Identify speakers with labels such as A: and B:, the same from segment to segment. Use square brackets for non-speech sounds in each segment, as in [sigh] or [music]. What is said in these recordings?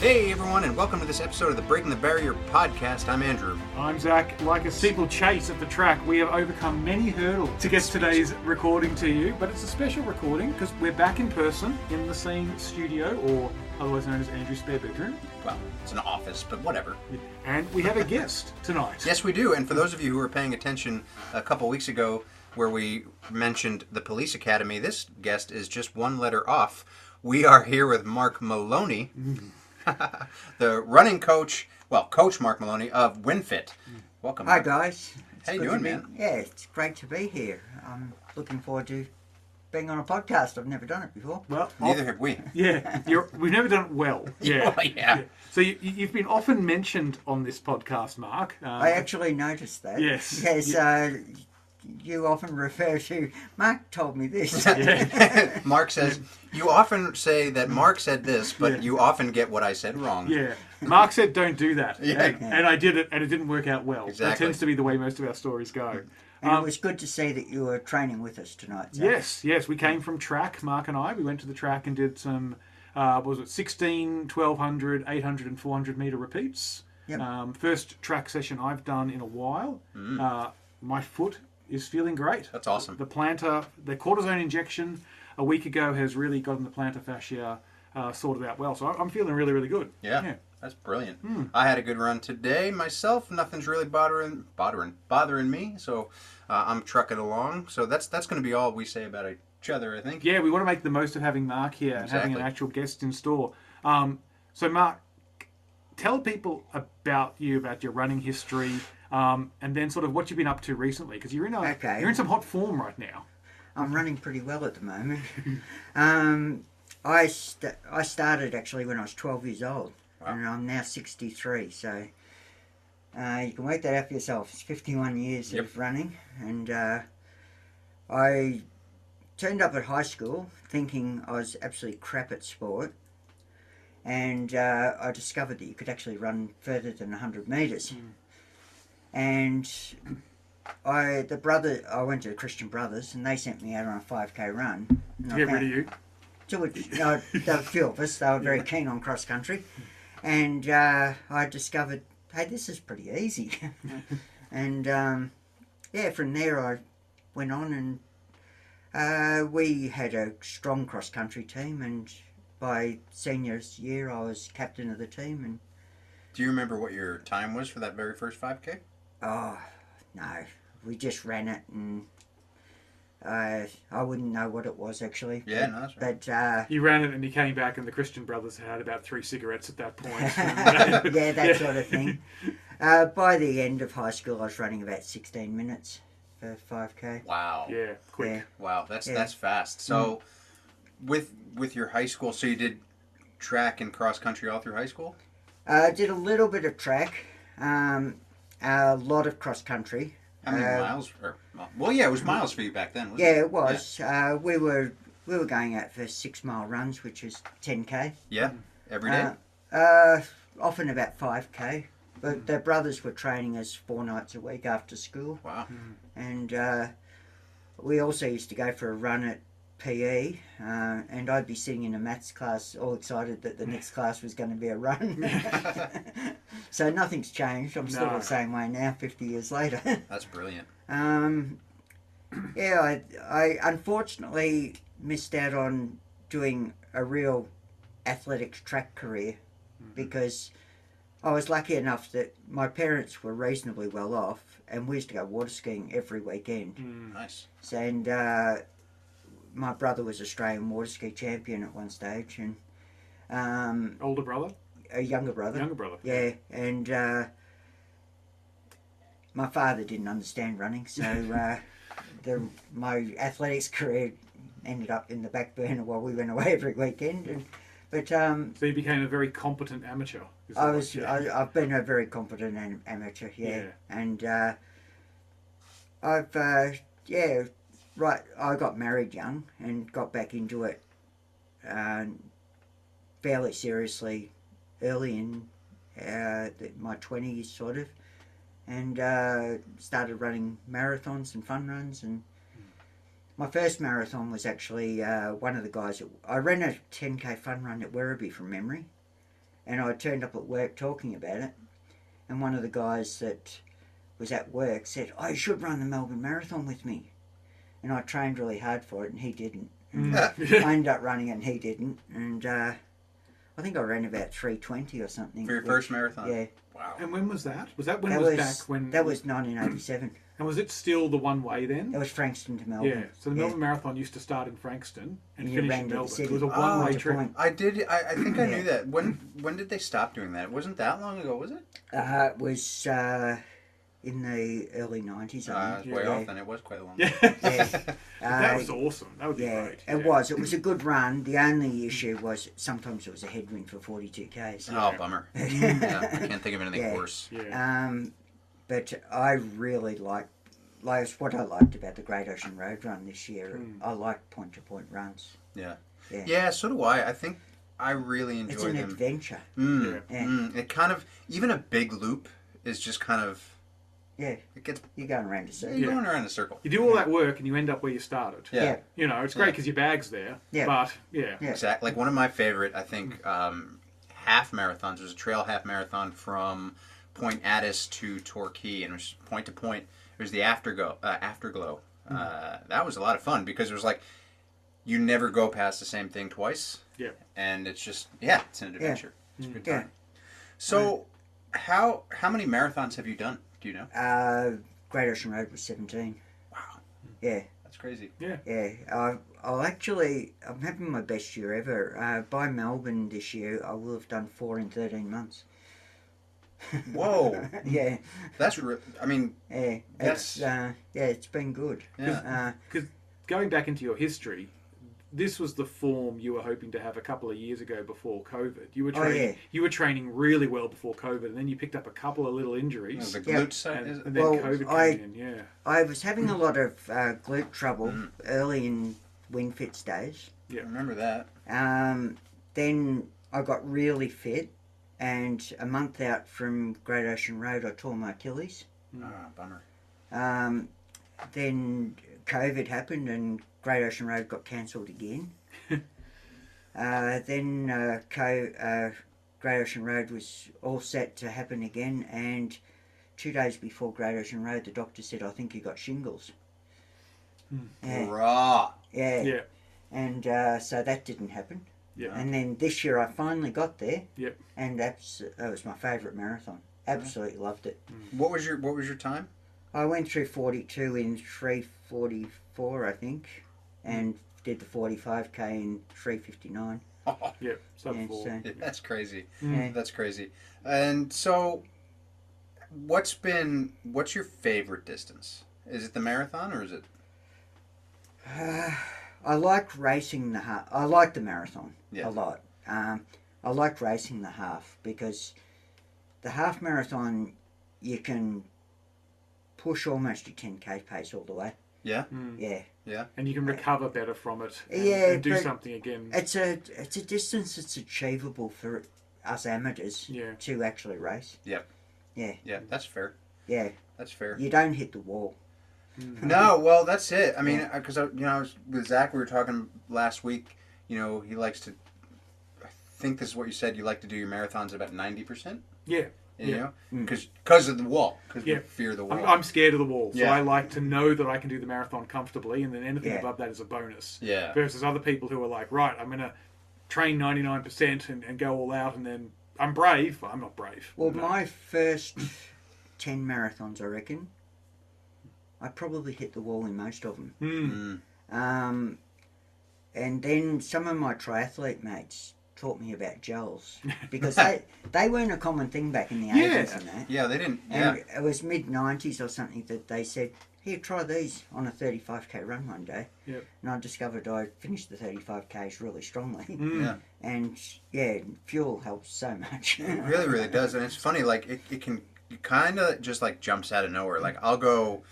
A: Hey everyone, and welcome to this episode of the Breaking the Barrier podcast. I'm Andrew.
B: I'm Zach. Like a steeplechase at the track, we have overcome many hurdles to get today's recording to you, but it's a special recording because we're back in person in the same studio, or otherwise known as Andrew's spare bedroom,
A: Well, it's an office, but whatever.
B: and we
A: [laughs]
B: have a guest tonight.
A: Yes, we do. And for those of you who were paying attention a couple weeks ago, where we mentioned the police academy, this guest is just one letter off. We are here with Mark Maloney, [laughs] the running coach, well, coach Mark Maloney of WinFit. Welcome.
C: Hi
A: Mark.
C: guys. It's
A: How you
C: good to
A: doing,
C: be-
A: man?
C: Yeah, it's great to be here. I'm looking forward to being on a podcast. I've never done it before.
B: Well,
A: Neither have we.
B: yeah, you're, we've never done it well.
A: [laughs]
B: Yeah.
A: Well, yeah.
B: So you, you- you've been often mentioned on this podcast, Mark. Um,
C: I actually noticed that.
B: Yes.
C: [laughs] Yes. Uh, you often refer to. Mark told
A: [laughs]
C: me this. [laughs]
A: Mark says, You often say that Mark said this, but you often get what I said wrong.
B: Yeah. Mark said, don't do that.
A: [laughs] Yeah.
B: And, and I did it, and it didn't work out well. That
A: Exactly.
B: tends to be the way most of our stories go.
C: And
A: um
C: it was good to see that you were training with us tonight. Zach.
B: Yes, yes. We came from track, Mark and I. We went to the track and did some, uh, what was it, 16, 1200, 800, and 400 meter repeats.
C: Yep.
B: Um, first track session I've done in a while. Uh, my foot is feeling great.
A: That's awesome.
B: The plantar, the cortisone injection a week ago has really gotten the plantar fascia uh, sorted out well. So I- I'm feeling really, really good.
A: Yeah, that's brilliant. I had a good run today myself. Nothing's really bothering bothering bothering me, so uh, I'm trucking along. So that's that's going to be all we say about each other, I think.
B: Yeah, we want to make the most of having Mark here and having an
A: Exactly.
B: actual guest in store. Um, so, Mark, tell people about you, about your running history, um, and then sort of what you've been up to recently, because you're in a,
C: Okay.
B: you're in some hot form right now.
C: I'm running pretty well at the moment. um, I st- I started actually when I was 12 years old, and I'm now 63. So uh, you can work that out for yourself. It's 51 years
A: Yep.
C: of running, and uh, I turned up at high school thinking I was absolutely crap at sport, and uh, I discovered that you could actually run further than 100 meters,
B: Hmm.
C: and I the brother I went to Christian Brothers and they sent me out on a five k run. And I
B: Get rid
C: found-
B: of you.
C: To which no, they were few of us. They were very keen on cross country, and uh, I discovered, hey, this is pretty easy. [laughs] and um, yeah, from there I went on and uh, we had a strong cross country team. And by senior year, I was captain of the team. And
A: Do you remember what your time was for that very first 5K?
C: Oh, no. We just ran it and uh, I wouldn't know what it was actually.
A: Yeah, no, that's right.
C: But uh,
B: You ran it and you came back, and the Christian Brothers had about three cigarettes at that
C: [laughs]
B: point.
C: yeah, that
B: [laughs]
C: sort of thing. Uh, by the end of high school, I was running about 16 minutes for 5K.
A: Wow.
B: Yeah, quick.
C: Yeah.
A: Wow, that's
C: Yeah.
A: that's fast. So with with your high school, so you did track and cross country all through high school?
C: Uh, I did a little bit of track, um, a lot of cross country.
A: How many
C: Uh,
A: miles or well, yeah, it was miles for you back then, wasn't
C: Yeah,
A: it?
C: it was. Uh, we were we were going out for six mile runs, which is 10K.
A: Yeah. Every day?
C: Uh, Uh, often about 5k. But their brothers were training us four nights a week after school.
A: wow.
C: And uh, we also used to go for a run at PE. Uh, and I'd be sitting in a maths class all excited that the next class was going to be a run. [laughs] so nothing's changed. I'm still
B: No.
C: the same way now, 50 years later. [laughs]
A: That's brilliant.
C: Um, yeah, I, I unfortunately missed out on doing a real athletics track career because I was lucky enough that my parents were reasonably well off and we used to go water skiing every weekend.
B: Mm.
A: Nice.
C: So, and uh, my brother was Australian water ski champion at one stage and um,
B: Older brother,
C: a younger brother.
B: younger brother.
C: Yeah, and uh, my father didn't understand running, so uh, the, my athletics career ended up in the back burner while we went away every weekend. And but um,
B: So you became a very competent amateur. is
C: I
B: that
C: was
B: right? [laughs]
C: I, I've been a very competent am- amateur, yeah,
B: Yeah.
C: and uh, I've uh, yeah right. I got married young and got back into it um, fairly seriously early in uh, the, my twenties, sort of, and uh, started running marathons and fun runs and. My first marathon was actually uh, one of the guys. At, I ran a 10k fun run at Werribee from memory, and I turned up at work talking about it, and one of the guys that was at work said, "I should run the Melbourne Marathon with me," and I trained really hard for it, and he didn't. [laughs] I ended up running it, and he didn't, and uh, I think I ran about three twenty or something.
A: for your
C: which-
A: first marathon.
C: yeah,
A: Wow.
B: and when was that? Was that when
C: that
B: it was,
C: was
B: back when
C: that was nineteen eighty seven.
B: and was it still the one way then?
C: That was Frankston to Melbourne.
B: Yeah. So the
C: Yeah.
B: Melbourne Marathon used to start in Frankston and
C: And you
B: finish
C: ran
B: in
C: to the
B: Melbourne.
C: city.
B: It was a
C: Oh,
B: one way
C: to
B: trip.
C: Point.
A: I did. I, I think I
C: Yeah.
A: knew that. When when did they stop doing that? It wasn't that long ago, was it?
C: Uh, it was uh, in the early nineties.
A: Uh,
C: I
A: it was
C: think.
A: way
C: yeah.
A: off, then it was quite long.
B: Yeah.
C: Yeah.
B: [laughs] [laughs] that
C: Uh,
B: was awesome. That would be
C: yeah,
B: great.
C: it was. It was a good run. The only issue was sometimes it was a headwind for 42 ks.
A: Oh,
C: [laughs]
A: bummer. yeah, I can't think of anything
C: Yeah.
A: worse.
B: Yeah.
C: Um, but I really liked, like, it's what I liked about the Great Ocean Road Run this year. I like point to point runs.
A: Yeah.
C: Yeah.
A: Hmm. Yeah, so do I. I think I really
C: It's
A: enjoy
C: an
A: them.
C: adventure.
A: Mm,
C: Yeah.
A: mm. It kind of even a big loop is just kind of
C: Yeah,
A: it gets
C: you're going around a circle.
A: you're going around in a circle.
B: You do all that work and you end up where you started.
A: Yeah.
C: Yeah.
B: You know, it's great because your bag's there.
C: Yeah.
B: But yeah.
C: Yeah.
A: Exactly. Like one of my favorite, I think, um, half marathons. There's a trail half marathon from Point Addis to Torquay, and it was point to point. It was the aftergo, uh, afterglow.
C: Mm-hmm.
A: Uh, that was a lot of fun because it was like you never go past the same thing twice,
B: Yeah.
A: and it's just yeah, it's an adventure. It's a good
B: Mm.
C: Yeah.
A: time. So, how how many marathons have you done? Do you know?
C: Uh, Great Ocean Road was 17.
A: Wow,
C: Yeah.
A: that's crazy.
C: Yeah, I've, I'll actually, I'm having my best year ever. Uh, by Melbourne this year, I will have done four in 13 months. [laughs]
A: Whoa,
C: yeah,
A: that's re- I mean,
C: yeah.
A: That's-
C: It's, uh, yeah, it's been good.
A: yeah.
C: Uh,
B: Going back into your history, this was the form you were hoping to have a couple of years ago before COVID. You were
C: Oh,
B: training
C: yeah.
B: you were training really well before COVID and then you picked up a couple of little
A: You know,
B: injuries.
A: the
C: Yeah.
A: glute side
B: and,
A: is
B: and then
C: Well,
B: COVID came
C: I-
B: in, yeah.
C: I was having a lot of uh, glute trouble early in WinFit's days.
A: I remember that.
C: Um, then I got really fit, and a month out from Great Ocean Road, I tore my Achilles.
A: Ah, bummer.
C: Um, then COVID happened and Great Ocean Road got
B: [laughs]
C: cancelled again. uh, then uh, co- uh, Great Ocean Road was all set to happen again, and two days before Great Ocean Road, the doctor said, "I think you got shingles." Yeah,
A: Raw.
C: yeah.
B: Hmm. Yeah.
C: and uh, so that didn't happen.
B: Yeah.
C: And then this year, I finally got there.
B: Yep.
C: And abs- that was my favourite marathon. Absolutely loved it.
A: What was your What was your time? [laughs]
C: I went through 42 in 344, I think, and did the 45k in 359.
B: Yeah. So
C: Yeah,
B: before-
C: so- [sighs]
A: [laughs] That's crazy.
C: Mm.
A: That's crazy. And so, what's been What's your favorite distance? Is it the marathon or is it?
C: Uh, I like racing the half. I like the marathon
A: Yeah.
C: a lot. Um, I like racing the half because the half marathon you can push almost a 10k pace all the way.
A: Yeah.
B: Mm.
C: Yeah,
B: And you can recover better from it and,
C: Uh, Yeah,
B: and do
C: but-
B: something again.
C: it's a it's a distance that's achievable for us amateurs
B: Yeah.
C: to actually race.
A: Yeah. That's fair.
C: Yeah,
A: That's fair.
C: you don't hit the wall.
A: No. Well, that's it. I mean, because I you know, I was, with Zach, we were talking last week. You know, he likes to. I think this is what you said. You like to do your marathons about ninety percent.
B: Yeah.
A: You
B: Yeah.
A: know, because because of the wall. Because
B: Yeah.
A: we fear the wall.
B: I'm, I'm scared of the wall, so
A: Yeah.
B: I like to know that I can do the marathon comfortably, and then anything
C: Yeah.
B: above that is a bonus.
A: Yeah.
B: Versus other people who are like, right, I'm gonna train 99% and, and go all out, and then I'm brave. I'm not brave.
C: Well,
B: No.
C: my first 10 marathons, I reckon, I probably hit the wall in most of them.
B: Hmm.
A: Mm.
C: Um, and then some of my triathlete mates taught me
A: [laughs]
C: about gels because they, they weren't a common thing back in the 80s and that.
A: Yeah. They didn't. Yeah.
C: And it was mid 90s or something that they said, here, try these on a 35k run one day.
B: Yep.
C: And I discovered I finished the 35ks really strongly.
B: Hmm.
A: Yeah.
C: And yeah, fuel helps so much.
A: It really, really does, and it's funny. Like it, it can kind of just like jumps out of nowhere. Like I'll go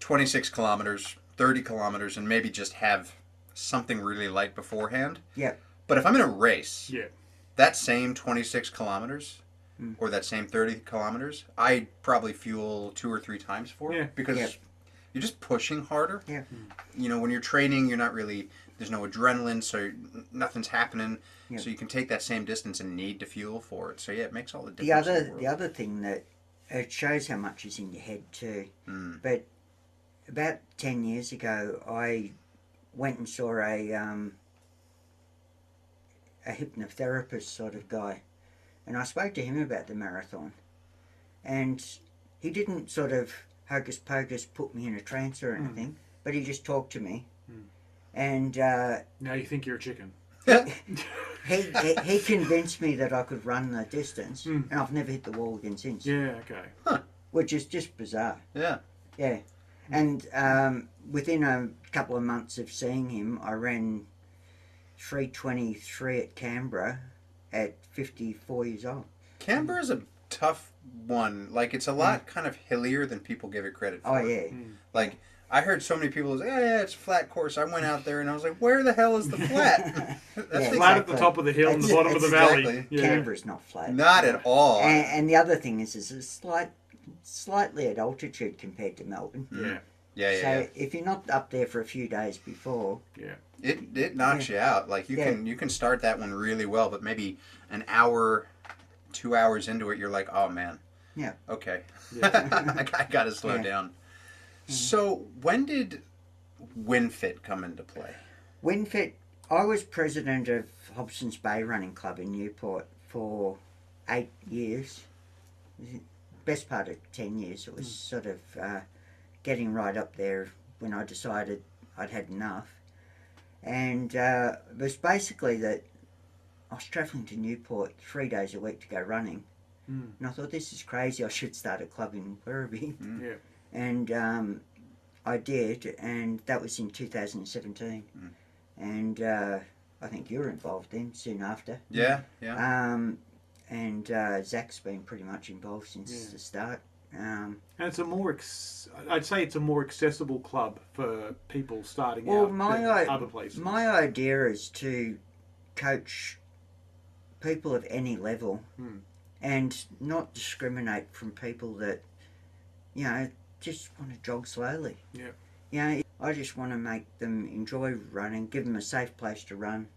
A: twenty six kilometers, thirty kilometers, and maybe just have something really light beforehand.
C: [laughs] Yep.
A: But if I'm in a race,
B: Yeah. Hmm.
A: that same twenty six kilometers. Or that same thirty kilometers, I probably fuel two or three times for
B: Yeah.
A: because
C: Yep.
A: you're just pushing harder.
C: Yeah.
A: You know, when you're training, you're not really There's no adrenaline, so n- nothing's happening.
C: Yeah.
A: So you can take that same distance and need to fuel for it. So yeah, it makes all the
C: The
A: difference.
C: other
A: in the
C: the
A: world.
C: other thing that it shows how much is in your head too.
A: Mm.
C: But about ten years ago, I went and saw a um, a hypnotherapist sort of guy, and I spoke to him about the marathon, and he didn't sort of hocus pocus put me in a trance or
B: Mm.
C: anything, but he just talked to me,
B: Mm.
C: and uh,
B: Now you think you're a
C: [laughs]
B: chicken.
C: he, he he convinced me that I could run the distance,
B: Mm.
C: and I've never hit the wall again since
B: Yeah, okay.
C: which is just bizarre.
A: yeah,
C: Yeah. And um, within a couple of months of seeing him, I ran 323 at Canberra at 54 years old.
A: Canberra is a tough one. Like it's a lot kind of hillier than people give it credit for.
C: Oh, yeah.
A: Like I heard so many people say, "Yeah, yeah, it's a flat course." I went out there and I was like, "Where the hell is the
C: [laughs]
A: flat?" That's
C: Yeah,
A: the-
B: Flat at the
C: exactly.
B: top of the hill and the
C: That's-
B: bottom of the
A: that's
B: valley.
A: exactly.
B: Yeah.
C: Canberra's not flat.
A: Not at all.
C: And, and the other thing is, is it's slight, slightly at altitude compared to Melbourne.
B: Yeah.
A: yeah, yeah, yeah.
C: So if you're not up there for a few days before,
A: It it knocks you out. Like you
C: Yeah.
A: can you can start that one really well, but maybe an hour, two hours into it, you're like, "Oh man,
C: Yeah.
A: okay,
B: Yeah.
A: [laughs] I, got- I gotta slow
C: Yeah. Mm-hmm.
A: down." So when did WinFit come into play?
C: WinFit, I was president of Hobson's Bay Running Club in Newport for eight years. Best part of 10 years. It was sort of uh, getting right up there when I decided I'd had enough. And uh, it was basically that I was travelling to Newport three days a week to go running.
B: Mm.
C: And I thought, this is crazy. I should start a club in Werribee.
A: Mm.
B: Yeah.
C: And um, I did, and that was in 2017.
A: Mm.
C: And uh, I think you were involved then, soon after.
A: Yeah, yeah.
C: Um, and uh, Zach's been pretty much involved since
B: Yeah.
C: the start. Um,
B: And it's a more, ex- I'd say it's a more accessible club for people starting
C: Well,
B: out
C: my
B: than
C: i-
B: other places.
C: my idea is to coach people of any level
B: Mm.
C: and not discriminate from people that, you know, just want to jog slowly.
B: Yep.
C: You know, I just want to make them enjoy running, give them a safe place to run.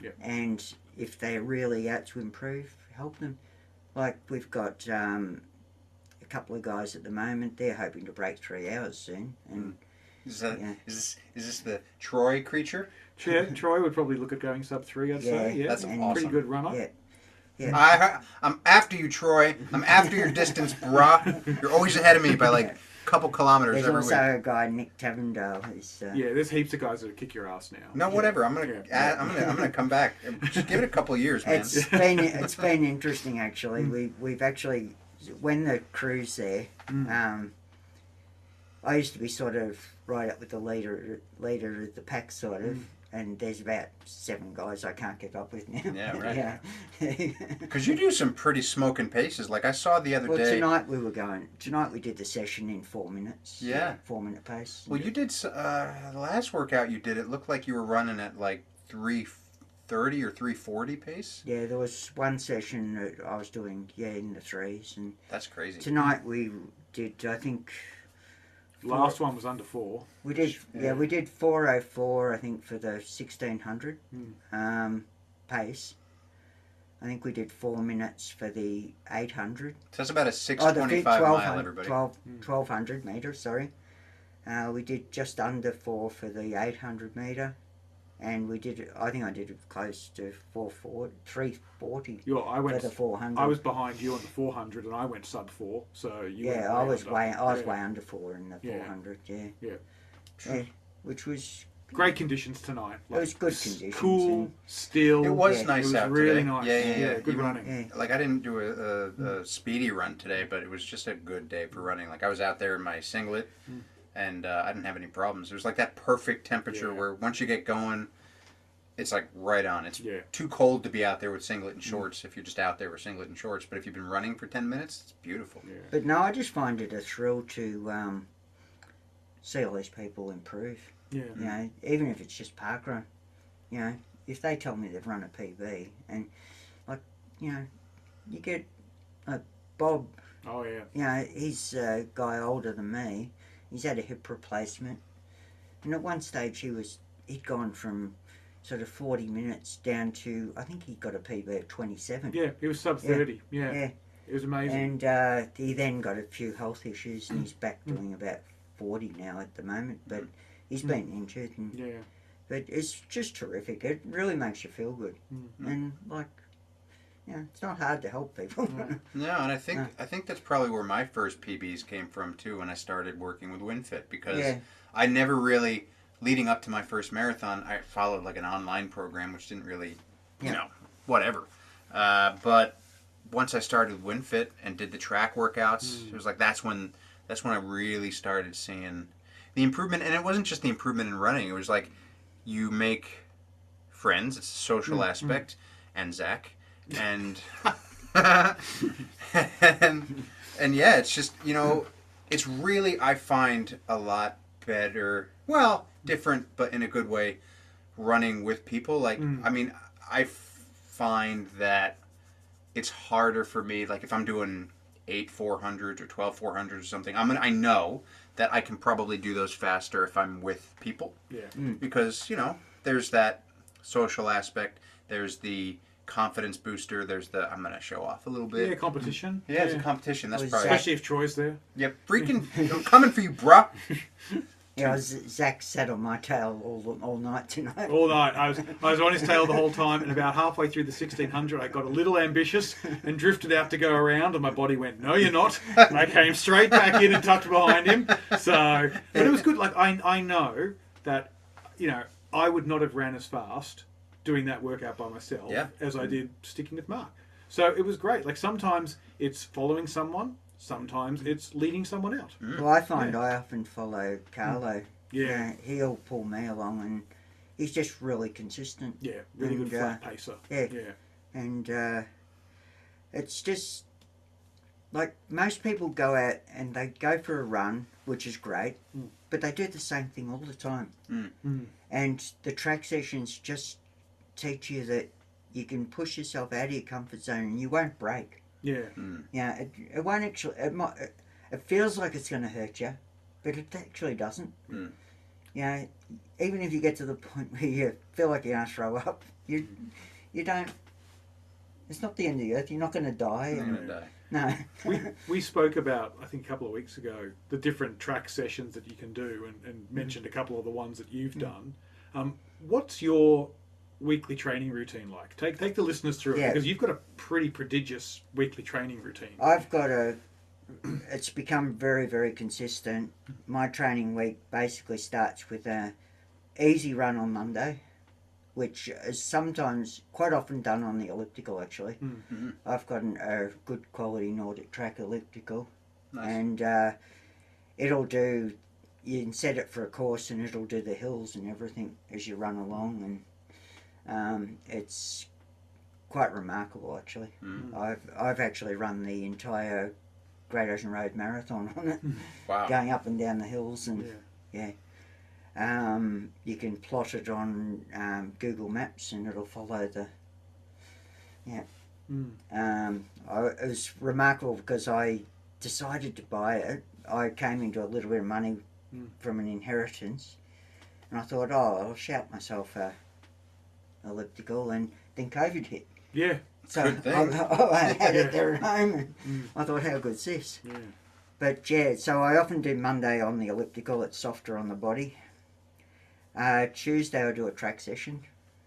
B: Yep.
C: And if they're really out to improve, help them. Like we've got um, a couple of guys at the moment, they're hoping to break three hours soon. And
A: Is that
C: yeah.
A: is this is this the Troy creature?
C: [laughs]
B: Troy, Troy would probably look at going sub three, I'd say.
C: Yeah,
B: Yeah,
A: that's
B: pretty
A: awesome.
B: good runner.
C: Yeah. Yeah.
A: I I'm after you, Troy. I'm after your
C: [laughs]
A: distance, brah. You're always ahead of me by like a couple kilometers
C: There's
A: every
C: also
A: week.
C: a guy, Nick Tavendale, who's uh,
B: Yeah, there's heaps of guys that would kick your ass now.
A: No, whatever. I'm gonna
B: Yeah.
A: I, I'm gonna I'm gonna come back. Just give it a couple of years, man.
C: It's been it's been interesting actually.
A: Mm.
C: We we've actually when the crew's there,
B: Mm.
C: um, I used to be sort of right up with the leader leader of the pack sort
A: Mm.
C: of, and there's about seven guys I can't keep up with now.
A: Yeah, right.
C: Yeah.
A: Because you do some pretty smoking paces. Like I saw the other
C: well,
A: day.
C: tonight we were going. Tonight we did the session in four minutes.
A: Yeah.
C: Four minute pace.
A: well, you did s- uh, the last workout you did. It looked like you were running at like three thirty or three forty pace.
C: yeah, there was one session that I was doing, yeah, in the threes, and
A: That's crazy.
C: tonight we did, I think,
B: Last one was under four.
C: We did, yeah.
B: Yeah.
A: uh,
C: we did 404, I think, for the 1600
A: Hmm.
B: Mm.
C: um, pace. I think we did four minutes for the 800.
A: So that's about a six
C: Oh, the
A: twenty
C: fi-
A: five
C: 1200
A: mile. Everybody. Hmm.
C: 12
B: Mm.
C: 1200 metre, sorry. Uh, we did just under four for the 800 metre. And we did, I think I did close to 440, 340
B: You I
C: for
B: went.
C: the 400.
B: I was behind you on the 400, and I went sub four. So you. went
C: yeah, I was
B: under.
C: way, I was
B: Yeah.
C: way under four in the
B: Yeah.
C: 400, yeah.
B: Yeah.
C: Yeah, which was
B: Great conditions tonight.
C: It was good
B: s-
C: conditions
B: Cool,
C: and-
B: still.
A: It was
C: Yeah,
A: nice
B: it was
A: out
B: really
A: today.
B: nice.
A: Yeah, yeah,
B: Yeah,
A: yeah.
B: good
A: Even-
B: running.
C: yeah.
A: Like I didn't do a,
C: Mm.
A: a, a speedy run today, but it was just a good day for running. Like I was out there in my singlet,
C: Mm.
A: and uh, I didn't have any problems. It was like that perfect temperature
B: Yeah.
A: where once you get going, it's like right on. It's
B: Yeah.
A: too cold to be out there with singlet and shorts if you're just out there with singlet and shorts. But if you've been running for ten minutes, it's beautiful.
B: Yeah.
C: But no, I just find it a thrill to um, see all these people improve.
B: Yeah.
C: You know, even if it's just parkrun. You know, if they tell me they've run a PB, and like, you know, you get like Bob.
B: Oh yeah.
C: You know, he's a guy older than me. He's had a hip replacement, and at one stage he was he'd gone from sort of 40 minutes down to, I think he got a PB of 27.
B: Yeah, he was sub
C: Yeah.
B: 30. Yeah.
C: Yeah.
B: It was amazing.
C: And uh, he then got a few health issues and he's back doing about 40 now at the moment. But he's
B: Mm.
C: been injured. And,
B: yeah.
C: But it's just terrific. It really makes you feel good.
B: Mm-hmm.
C: And, like, you know, it's not hard to help people. [laughs]
B: No.
A: No, and I think
C: Yeah.
A: I think that's probably where my first PBs came from too when I started working with WinFit because
C: Yeah.
A: I never really leading up to my first marathon I followed like an online program which didn't really you
C: Yeah.
A: know whatever. Uh, but once I started WinFit and did the track workouts, it was like that's when that's when I really started seeing the improvement and it wasn't just the improvement in running, it was like you make friends, it's a social aspect and Zach and [laughs] and and yeah, it's just you know, it's really I find a lot better. Well, different, but in a good way. Running with people, like I mean, I f- find that it's harder for me. Like if I'm doing eight four hundreds or twelve four hundreds or something, I'm gonna I know that I can probably do those faster if I'm with people
B: Yeah.
A: because you know there's that social aspect there's the confidence booster there's the i'm gonna show off a little
B: Yeah,
A: bit
B: competition.
A: yeah, it's a competition that's
C: Was
A: probably
B: Especially if Troy's there.
A: yeah freaking i'm coming for you bruh
C: Yeah, Z- Zach sat on my tail all, all night tonight.
B: All night. I was, I was on his tail the whole time, and about halfway through the 1600, I got a little ambitious and drifted out to go around, and my body went, No,
A: [laughs]
B: you're not. And I came straight back in and tucked behind him. So, but it was good. Like, I, I know that, you know, I would not have ran as fast doing that workout by myself
A: Yeah.
B: as I did sticking with Mark. So it was great. Like, sometimes it's following someone, sometimes it's leading someone out.
C: Well, I find I often follow Carlo.
B: Mm-hmm. Yeah.
C: Uh, he'll pull me along, and he's just really consistent.
B: Yeah, really good
C: And, uh,
B: flat pacer.
C: yeah.
B: Yeah.
C: And uh, it's just like most people go out and they go for a run, which is great,
B: Mm.
C: but they do the same thing all the time.
A: Mm.
B: Mm.
C: And the track sessions just teach you that you can push yourself out of your comfort zone and you won't break.
B: Yeah.
C: Yeah, it, it won't actually. It might. It, it feels like it's going to hurt you, but it actually doesn't.
A: Mm.
C: Yeah, even if you get to the [laughs] point where you feel like you're going to throw up, you you don't. It's not the end of the earth. You're not going to die.
A: i'm
C: and-
A: gonna die
C: No. [laughs]
B: we, we spoke about I think a couple of weeks ago the different track sessions that you can do and, and mentioned a couple of the ones that you've done. Um, what's your weekly training routine like? Take take the listeners through it
C: Yeah. Oh.
B: because you've got a pretty prodigious weekly training routine.
C: I've got a. [clears throat] It's become very very consistent. My training week basically starts with a easy run on Monday, which is sometimes quite often done on the elliptical. Actually,
B: Mm.
A: Mhm.
C: I've got an, a good quality Nordic track elliptical,
A: nice
C: and uh, it'll do. You can set it for a course, and it'll do the hills and everything as you run along, and um, it's quite remarkable actually.
A: Mm.
C: I've I've actually run the entire Great Ocean Road Marathon on it,
A: wow
C: going up and down the hills,
B: yeah.
C: and um, you can plot it on um, Google Maps, and it'll follow the
B: Mm.
C: Um, I, it was remarkable because I decided to buy it. I came into a little bit of money
A: Hmm.
B: Mm.
C: from an inheritance, and I thought, oh, I'll shout myself a elliptical, and then COVID hit.
B: Yeah.
C: So
A: Good
C: [laughs] I,
A: thing. Hmm.
C: I
A: [laughs]
C: had
B: Yeah.
C: it there at home, and
B: Mm.
C: I thought, how good's this?
B: Yeah.
C: But yeah, so I often do Monday on the elliptical, it's softer on the body. Uh, Tuesday I do a track session,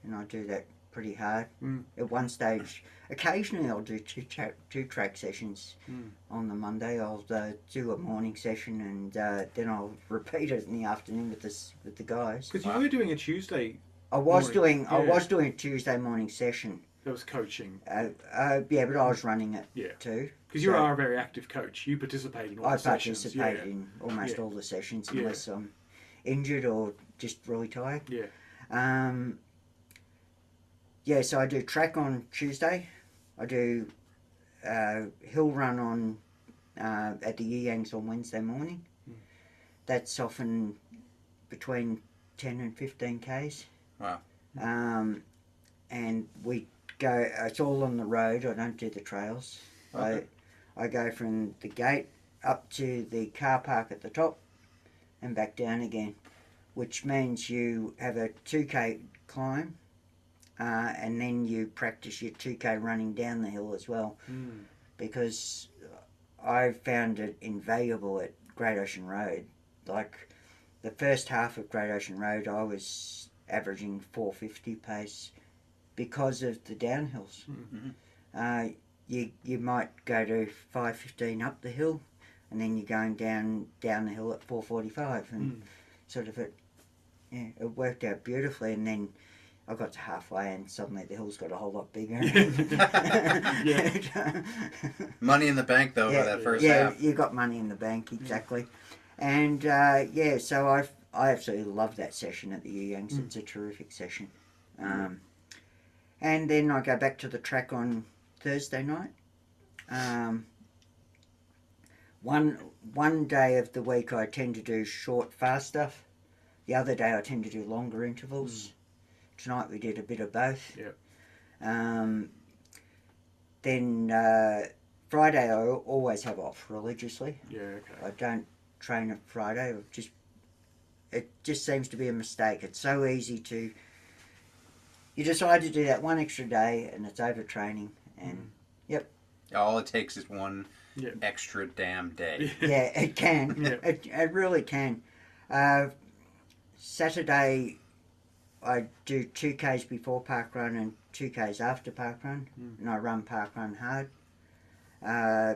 C: and I do that pretty hard.
B: Mm.
C: At one stage, occasionally I'll do two, tra- two track sessions
B: Mm.
C: on the Monday. I'll uh, do a morning session, and uh, then I'll [laughs] repeat it in the afternoon with this with the guys.
B: Because you were doing a Tuesday
C: I was
B: Morning,
C: doing I
B: yeah.
C: was doing a Tuesday morning session.
B: that was coaching
C: Uh, uh, yeah, but I was running it
B: Yeah.
C: too.
B: because you
C: So-
B: are a very active coach. You participate in all
C: I
B: the sessions.
C: participate
B: Yeah.
C: in almost
B: Yeah.
C: all the sessions
B: Yeah.
C: unless I'm injured or just really tired.
B: Yeah.
C: Um, yeah, so I do track on Tuesday. I do uh, hill run on uh, at the Yangs on Wednesday morning.
B: Hmm.
C: That's often between ten and fifteen k's.
A: Wow.
C: Um, and we go. It's all on the road. I don't do the trails.
A: Okay.
C: I I go from the gate up to the car park at the top, and back down again, which means you have a 2k climb uh, and then you practice your 2k running down the hill as well
B: Mm.
C: because I found it invaluable at Great Ocean Road. Like the first half of Great Ocean Road, I was averaging 450 pace because of the downhills.
A: Mhm.
C: Uh, you you might go to 515 up the hill, and then you're going down down the hill at 445, and
B: Mm.
C: sort of it. Yeah, it worked out beautifully, and then I got to halfway, and suddenly the hill's got a whole lot bigger. [laughs]
A: Money in the bank though
C: Yeah,
A: for that first Mm.
C: yeah,
A: half.
C: you got money in the bank exactly, and uh, yeah, so I I absolutely love that session at the Yu Yangs.
A: Mm.
C: It's a terrific session, um, and then I go back to the track on Thursday night. Um, one one day of the week I tend to do short fast stuff. The other day I tend to do longer intervals.
A: Mm.
C: Tonight we did a bit of both.
B: Yep.
C: Um, then uh, Friday I al- always have off religiously.
B: Yeah. Okay.
C: I don't train on Friday. I Just it just seems to be a mistake. It's so easy to you decide to do that one extra day and it's overtraining and
A: All it takes is one
B: Yeah.
A: extra damn day.
B: [laughs]
C: yeah, it can.
B: Yeah.
C: It it really can. Uh, Saturday I do two k's before park run and two k's after park run,
B: Mm.
C: and I run park run hard. Uh,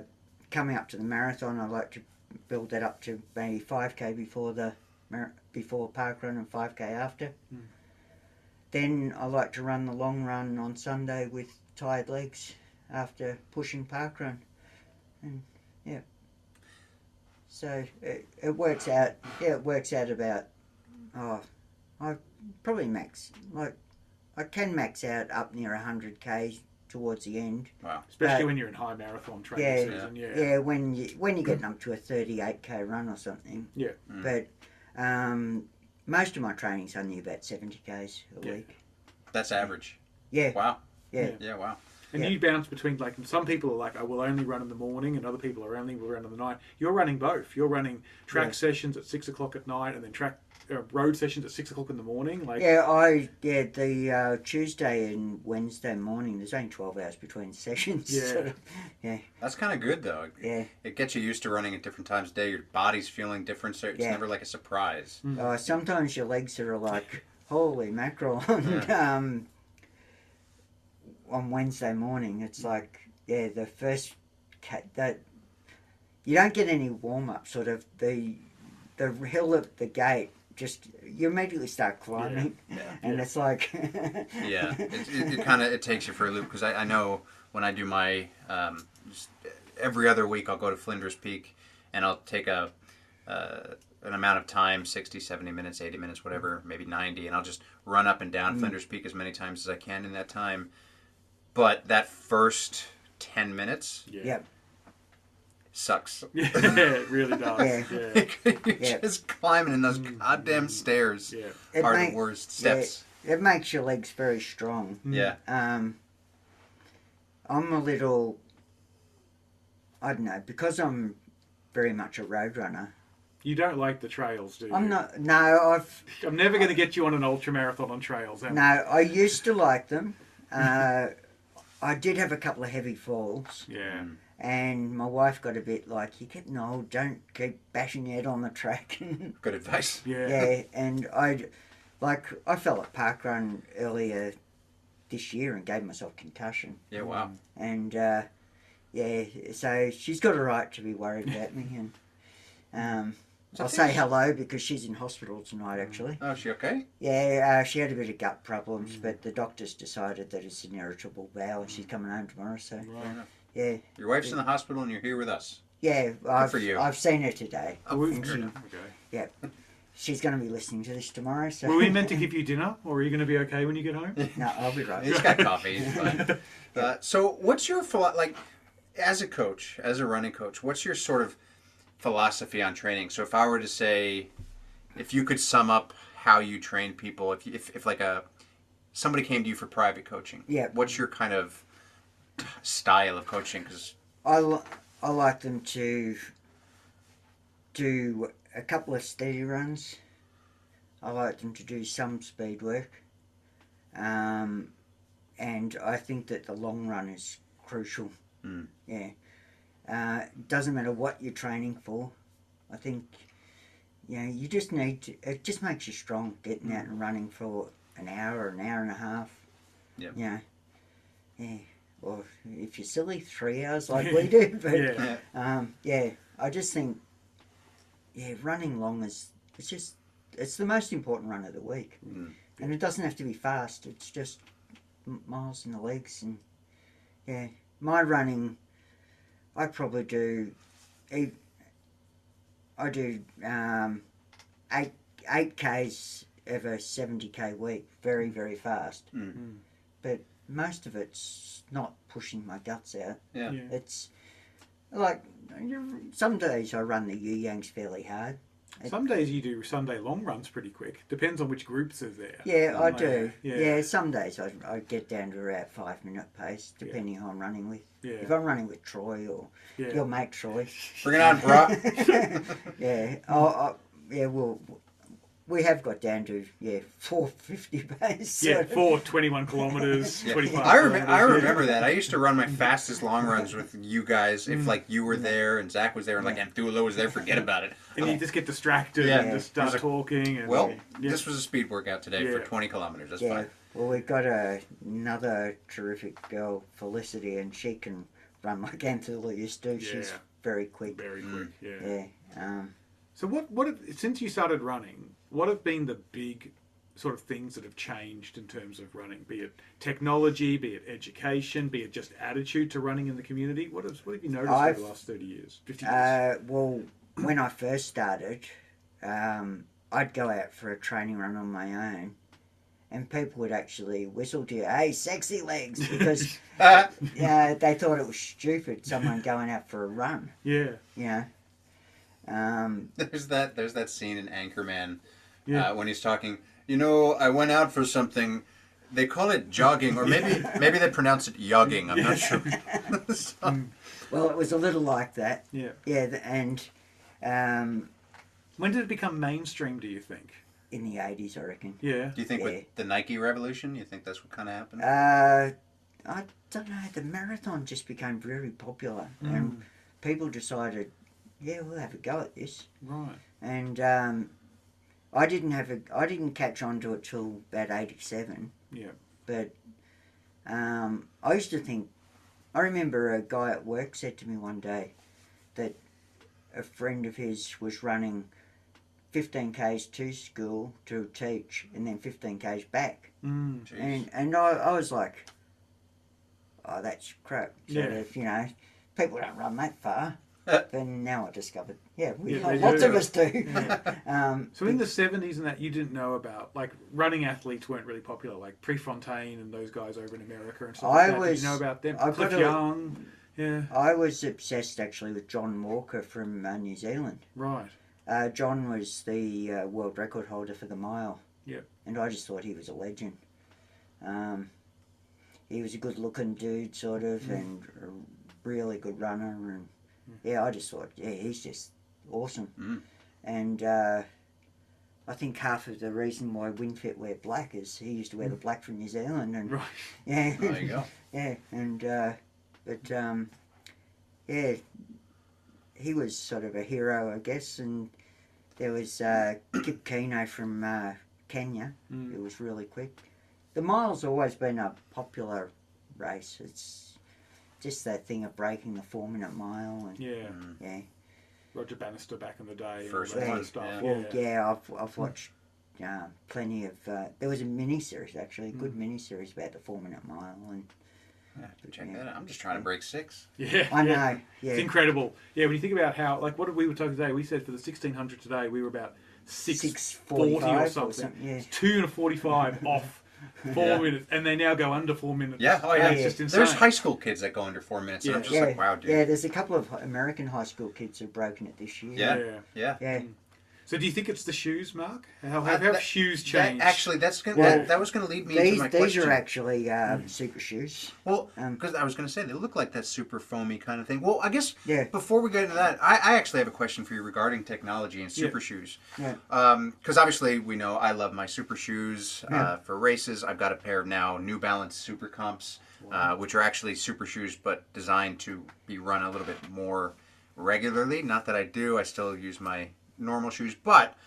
C: coming up to the marathon, I like to build that up to maybe five k before the mar- before park run and five k after.
B: Mm.
C: Then I like to run the long run on Sunday with tired legs after pushing park run, and yeah. So it, it works out. Yeah, it works out about oh probably max like I can max out up near 100k towards the end.
B: Especially
C: Uh,
B: when you're in high marathon training
C: yeah,
B: season. Yeah.
C: Yeah, when you when you're getting up to a 38k run or something.
B: Yeah.
A: Mm.
C: But um, most of my training's only about 70k's a
B: Yeah.
C: week.
A: That's average.
C: Yeah,
A: Wow.
C: yeah,
B: Yeah.
A: Yeah, wow.
B: And
C: Yeah.
B: you bounce between like some people are like, I will only run in the morning, and other people are only will run in the night. You're running both. You're running track
C: Yeah.
B: sessions at six o'clock at night, and then track uh, road sessions at six o'clock in the morning. Like,
C: yeah. I yeah the uh, Tuesday and Wednesday morning. There's only 12 hours between [laughs] sessions.
B: Yeah.
C: so,
A: That's kind of good though.
C: yeah.
A: It gets you used to running at different times of day. Your body's feeling different, so it's
C: Yeah.
A: never like a surprise.
C: Uh, sometimes your legs are like, holy mackerel. [laughs] And, um, on Wednesday morning, it's like, yeah, the first cat that you don't get any warm up. Sort of the the hill at the gate, just you immediately start climbing,
A: Yeah.
C: [laughs] and
B: Yeah.
C: it's like, [laughs]
A: yeah it, it, it kind of it takes you for a loop because I, I know when i do my um, just every other week i'll go to flinders peak and i'll take a uh, an amount of time 60 70 minutes 80 minutes whatever maybe 90 and i'll just run up and down flinders peak as many times as i can in that time but that first 10 minutes
B: yeah,
C: Yep.
A: sucks
B: [laughs] yeah, it really does.
C: Yeah.
B: Yeah,
A: [laughs] you're
C: Yeah.
A: just climbing in those goddamn stairs
B: yeah,
C: It
A: are
C: may-
A: the worst
C: yeah.
A: steps
C: It makes your legs very strong.
B: Mm.
A: yeah
C: um, I'm a little, I don't know, because I'm very much a road runner.
B: You don't like the trails, do you?
C: I'm not, no, I've,
B: I'm never going to get you on an ultra marathon on trails. Am
C: no,
B: I?
C: I used to like them. Uh, I did have a couple of heavy falls,
B: Yeah.
C: and my wife got a bit like, you're getting old, don't keep bashing your head on the track. [laughs]
A: good advice
B: Yeah.
C: yeah, and I, like, I fell at parkrun earlier this year and gave myself concussion.
A: yeah wow
C: and uh, yeah, so she's got a right to be worried about me. And um,
A: So
C: I'll
A: things-
C: say hello because she's in hospital tonight.
B: Mm.
C: Actually,
A: oh is she okay
C: yeah, uh, she had a bit of gut problems,
B: Mm.
C: but the doctors decided that it's an irritable bowel, and she's coming home tomorrow. So
A: Fair
B: Right.
A: enough.
C: yeah,
A: Your wife's in the hospital and you're here with us.
C: yeah, I've,
A: for you.
C: I've seen her today.
A: Oh,
B: Were-
A: fair enough.
B: okay.
C: She's going to be listening to this tomorrow. So
B: Were we meant
C: [laughs]
B: to give you dinner, or are you going to be okay when you get home?
C: no, I'll be
A: [laughs]
C: right.
A: He's got coffee. He's fine. Uh, so, what's your philo- like as a coach, as a running coach? What's your sort of philosophy on training? So, if I were to say, if you could sum up how you train people, if you, if, if like a somebody came to you for private coaching,
C: Yeah.
A: what's your kind of style of coaching? Because
C: I, li- I like them to do a couple of steady runs. I like them to do some speed work. Um, and I think that the long run is crucial.
A: Mm.
C: Yeah. Uh, doesn't matter what you're training for. I think, you know, you just need to, it just makes you strong getting out and running for an hour, an hour and a half.
A: Yep.
C: Yeah. Yeah. Or if you're silly, three hours like we do. [laughs]
B: [laughs]
C: But,
B: Yeah.
C: um, yeah, I just think, yeah, running long is it's just it's the most important run of the week,
A: Mm.
C: and it doesn't have to be fast. It's just m- miles in the legs, and yeah, my running, I probably do, e- I do um, eight eight k's of a seventy k week, very very fast.
A: Mm.
B: Mm.
C: But most of it's not pushing my guts out.
A: Yeah.
B: Yeah.
C: It's like you- some days I run the Yu Yangs fairly hard.
B: Oh,
C: It-
B: Some days you do Sunday long runs pretty quick. Depends on which groups are there.
C: Yeah, I
B: Like,
C: do. Yeah.
B: Yeah.
C: some days I, I get down to about five minute pace, depending who I'm running with. If
B: Yeah.
C: I'm running with Troy or
B: Yeah.
C: your mate Troy,
A: Bring it on, bro.
C: yeah, I, I, yeah, well, we have got down to yeah four fifty [laughs] pace.
B: [laughs] Yeah,
C: so-
B: four 21 kilometres,
A: [laughs] Yeah.
B: 25
A: I, rem-
B: [laughs]
A: I
B: kilometres, yeah.
A: remember that. I used to run my fastest long runs with you guys if like you were there and Zach was there and like Amthula was there. Forget about it.
B: And you just get distracted
A: Yeah.
B: and just start
A: There's a-
B: talking. And,
A: Well,
B: yeah.
A: this was a speed workout today for
B: Yeah.
A: 20 kilometers. That's
C: Yeah.
A: fine.
C: Well, we've got a, another terrific girl, Felicity, and she can run like [laughs] Anthula used to. She's
B: Yeah.
C: very quick.
B: very quick. Yeah.
C: Yeah. Um,
B: So what what have, since you started running, what have been the big sort of things that have changed in terms of running? Be it technology, be it education, be it just attitude to running in the community. What have what have you noticed
C: I've-
B: over the last thirty years, fifty years?
C: uh, well, when I first started, um, I'd go out for a training run on my own, and people would actually whistle to you, "Hey, sexy legs,"
B: [laughs]
C: because
A: Ah,
C: uh, they thought it was stupid someone going out for a run.
B: yeah,
C: You know. Um,
A: [laughs] there's that. There's that scene in Anchorman
B: yeah.
A: uh, when he's talking. You know, I went out for something. They call it jogging, or
B: [laughs]
A: maybe maybe they pronounce it yogging. I'm not sure. [laughs] So-
B: Mm.
C: well, it was a little like that.
B: Yeah.
C: Yeah, th- and um,
B: when did it become mainstream? Do you think?
C: in the eighties, I reckon.
B: Yeah.
A: Do you think
C: Yeah.
A: with the Nike revolution, you think that's what kind of happened?
C: Uh, I don't know. The marathon just became very popular, and people decided, yeah, we'll have a go at this.
B: Right.
C: And um, I didn't have a, I didn't catch on to it till about eighty-seven.
B: Yeah.
C: But um, I used to think. I remember a guy at work said to me one day that a friend of his was running 15k's to school to teach and then 15k's back.
B: Mm.
A: Jeez.
C: And and I, I was like, oh, that's crap. So
B: Yeah.
C: if, you know, people don't run that
B: [laughs]
C: far.
A: Uh.
C: then now I discovered, yeah, we,
B: Yeah, they
C: lots
B: do.
C: of us do. [laughs] um,
B: So in the seventies and that you didn't know about like running athletes weren't really popular like Prefontaine and those guys over in America and stuff.
C: I
B: like that.
C: was-
B: Did you know about them?
C: I
B: Cliff
C: got a-
B: Young. Yeah.
C: I was obsessed actually with John Walker from uh, New Zealand.
B: Right. [laughs]
C: Uh, John was the uh, world record holder for the mile.
B: Yep.
C: And I just thought he was a legend. Um, he was a good looking dude, sort of,
B: Mm.
C: and a really good runner. And yeah, I just thought, yeah, he's just awesome.
A: Mm.
C: And uh, I think half of the reason why WinFit wear black is he used to
B: Mm.
C: wear the black from New Zealand. And
B: Right.
C: yeah, [laughs]
A: there you
B: [laughs]
A: go.
C: yeah, and uh, but um, yeah, he was sort of a hero, I guess. And there was uh, Kip Keno from uh, Kenya.
B: Mm.
C: It was really quick. The mile's always been a popular race. It's just that thing of breaking the four-minute mile, and
B: Yeah.
A: Mm-hmm.
C: yeah,
B: Roger Bannister back in the day.
A: First
B: and all that
A: one,
B: stuff.
A: yeah.
B: Yeah.
C: well, yeah, I've I've watched. Uh, plenty of uh, there was a mini series actually a good mini series about the four minute mile and
A: Yeah, check that out. I'm just trying to break six.
B: [laughs] Yeah,
C: I
B: yeah.
C: know yeah
B: It's incredible. Yeah, when you think about how, like, what we were talking today, we said for the 1600 today, we were about 640
C: 6.45
B: or
C: or
B: something.
C: something, yeah.
B: It's 2 and 45 off four minutes, and they now go under four minutes.
A: Yeah, oh
B: And
A: yeah.
B: It's just insane.
A: There's high school kids that go under four minutes, and I'm
B: Yeah.
A: just like, wow, dude.
C: Yeah, there's a couple of hi- American high school kids who've broken it this year.
A: Yeah.
B: yeah.
A: Yeah.
C: Yeah.
B: So do you think it's the shoes, Mark? How have,
A: Uh,
B: have
A: that-
B: shoes
A: that-
B: changed?
A: actually, that's gonna,
C: Well,
A: that, that was going to lead me into
C: These,
A: my
C: these
A: question. Hmm.
C: are actually uh, super shoes.
A: Well,
C: Um,
A: because I was going to say they look like that super foamy kind of thing. Well, I guess
C: Yeah.
A: before we get into that, I, I actually have a question for you regarding technology and super shoes.
C: Yeah.
A: Because obviously, we know I love my super shoes uh,
C: Yeah.
A: for races. I've got a pair now, New Balance Super Comps, uh, which are actually super shoes but designed to be run a little bit more regularly. Not that I do, I still use my normal shoes. But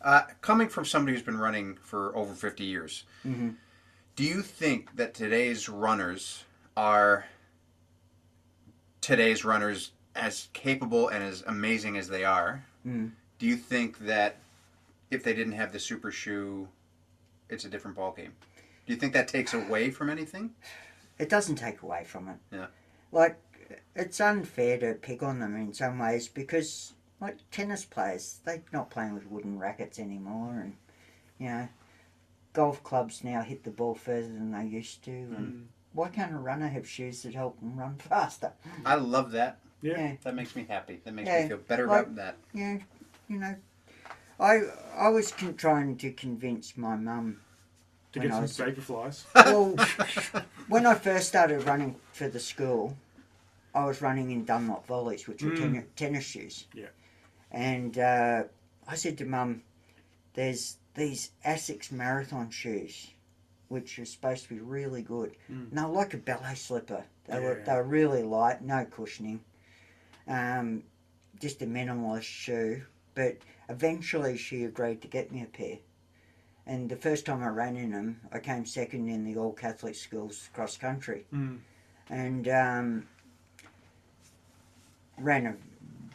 A: uh, coming from somebody who's been running for over 50 years,
C: Mm-hmm.
A: do you think that today's runners are today's runners as capable and as amazing as they are?
C: Mm.
A: Do you think that if they didn't have the super shoe, it's a different ball game? Do you think that takes away from anything?
C: It doesn't take away from it.
A: Yeah.
C: Like, it's unfair to pick on them in some ways because, like, tennis players, they're not playing with wooden rackets anymore, and, you know, golf clubs now hit the ball further than they used to, and
A: Hmm.
C: why can't a runner have shoes that help them run [laughs] faster?
A: I love that.
B: Yeah.
C: Yeah.
A: That makes me happy. That makes me
C: Yeah.
A: feel better
C: Like-
A: about that.
C: yeah, you know, I I was con- trying to convince
B: [laughs]
C: my mum.
B: To
C: when
B: get
C: I
B: some
C: was-
B: vaporflies.
A: [laughs]
C: Well, when I first started running for the school, I was running in Dunlop volleys, which were
B: Mm.
C: tenni- tennis shoes.
B: Yeah.
C: And uh, I said to mum, "There's these Asics marathon shoes, which are supposed to be really good.
B: Mm.
C: And they're like a ballet slipper. They were
B: Yeah.
C: they were really light, no cushioning, um, just a minimalist shoe. But eventually, she agreed to get me a pair. And the first time I ran in them, I came second in the all Catholic schools cross country,
B: Mm.
C: and um, ran a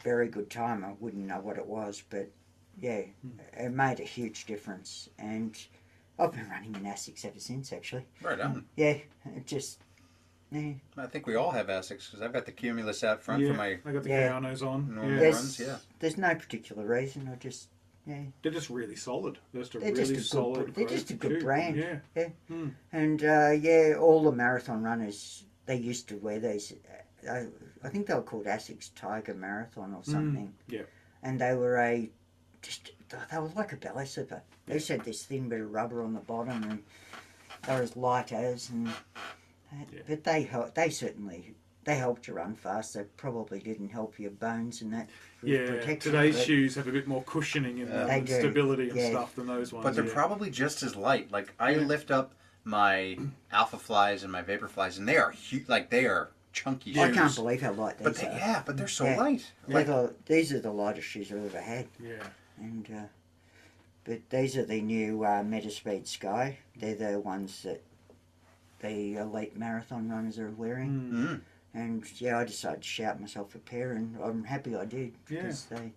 C: very good time. I wouldn't know what it was, but yeah,
B: Hmm.
C: it made a huge difference. And I've been running in Asics ever since, actually.
A: Right on.
C: Yeah, it just yeah,
A: I think we all have Asics because I've got the Cumulus out front
B: yeah.
A: for my.
B: I got the
C: Yeah.
B: Keanu's on.
A: Normal
B: Yeah.
A: Yes.
C: there's,
A: runs, yeah.
C: there's no particular reason. I just yeah,
B: They're just really solid. They're just a
C: They're just
B: really
C: a good
B: solid.
C: br- they're
B: great
C: just a good
B: shoe.
C: brand.
B: Yeah.
C: and uh, yeah, all the marathon runners they used to wear these. uh, I, I think they were called Asics Tiger Marathon or something.
B: yeah.
C: and they were a just they were like a ballet slipper. They just had this thin bit of rubber on the bottom, and they were as light as and.
B: Yeah.
C: But they helped. They certainly they helped you run fast. They probably didn't help your bones and that. with
B: Yeah.
C: protection,
B: Today's
C: but-
B: shoes have a bit more cushioning in them
C: They
B: and
C: do.
B: stability and
C: Yeah.
B: stuff than those
C: Oh,
B: ones.
A: But they're
B: yeah.
A: probably just as light. Like I
B: Yeah.
A: lift up my Alpha Flies and my Vapor Flies, and they are huge. Like they are chunky.
B: Yeah.
C: I
A: shoes.
C: can't believe how light these
A: But they,
C: are.
A: yeah, but they're so
C: Yeah.
A: light.
C: They're
A: Like,
C: the- uh, these are the lightest shoes I've ever had,
B: yeah.
C: and uh, but these are the new uh, Metaspeed Sky. They're the ones that the elite marathon runners are wearing.
B: Mm.
A: mm.
C: And yeah, I decided to shout myself a pair, and I'm happy I did
B: Yeah.
C: because they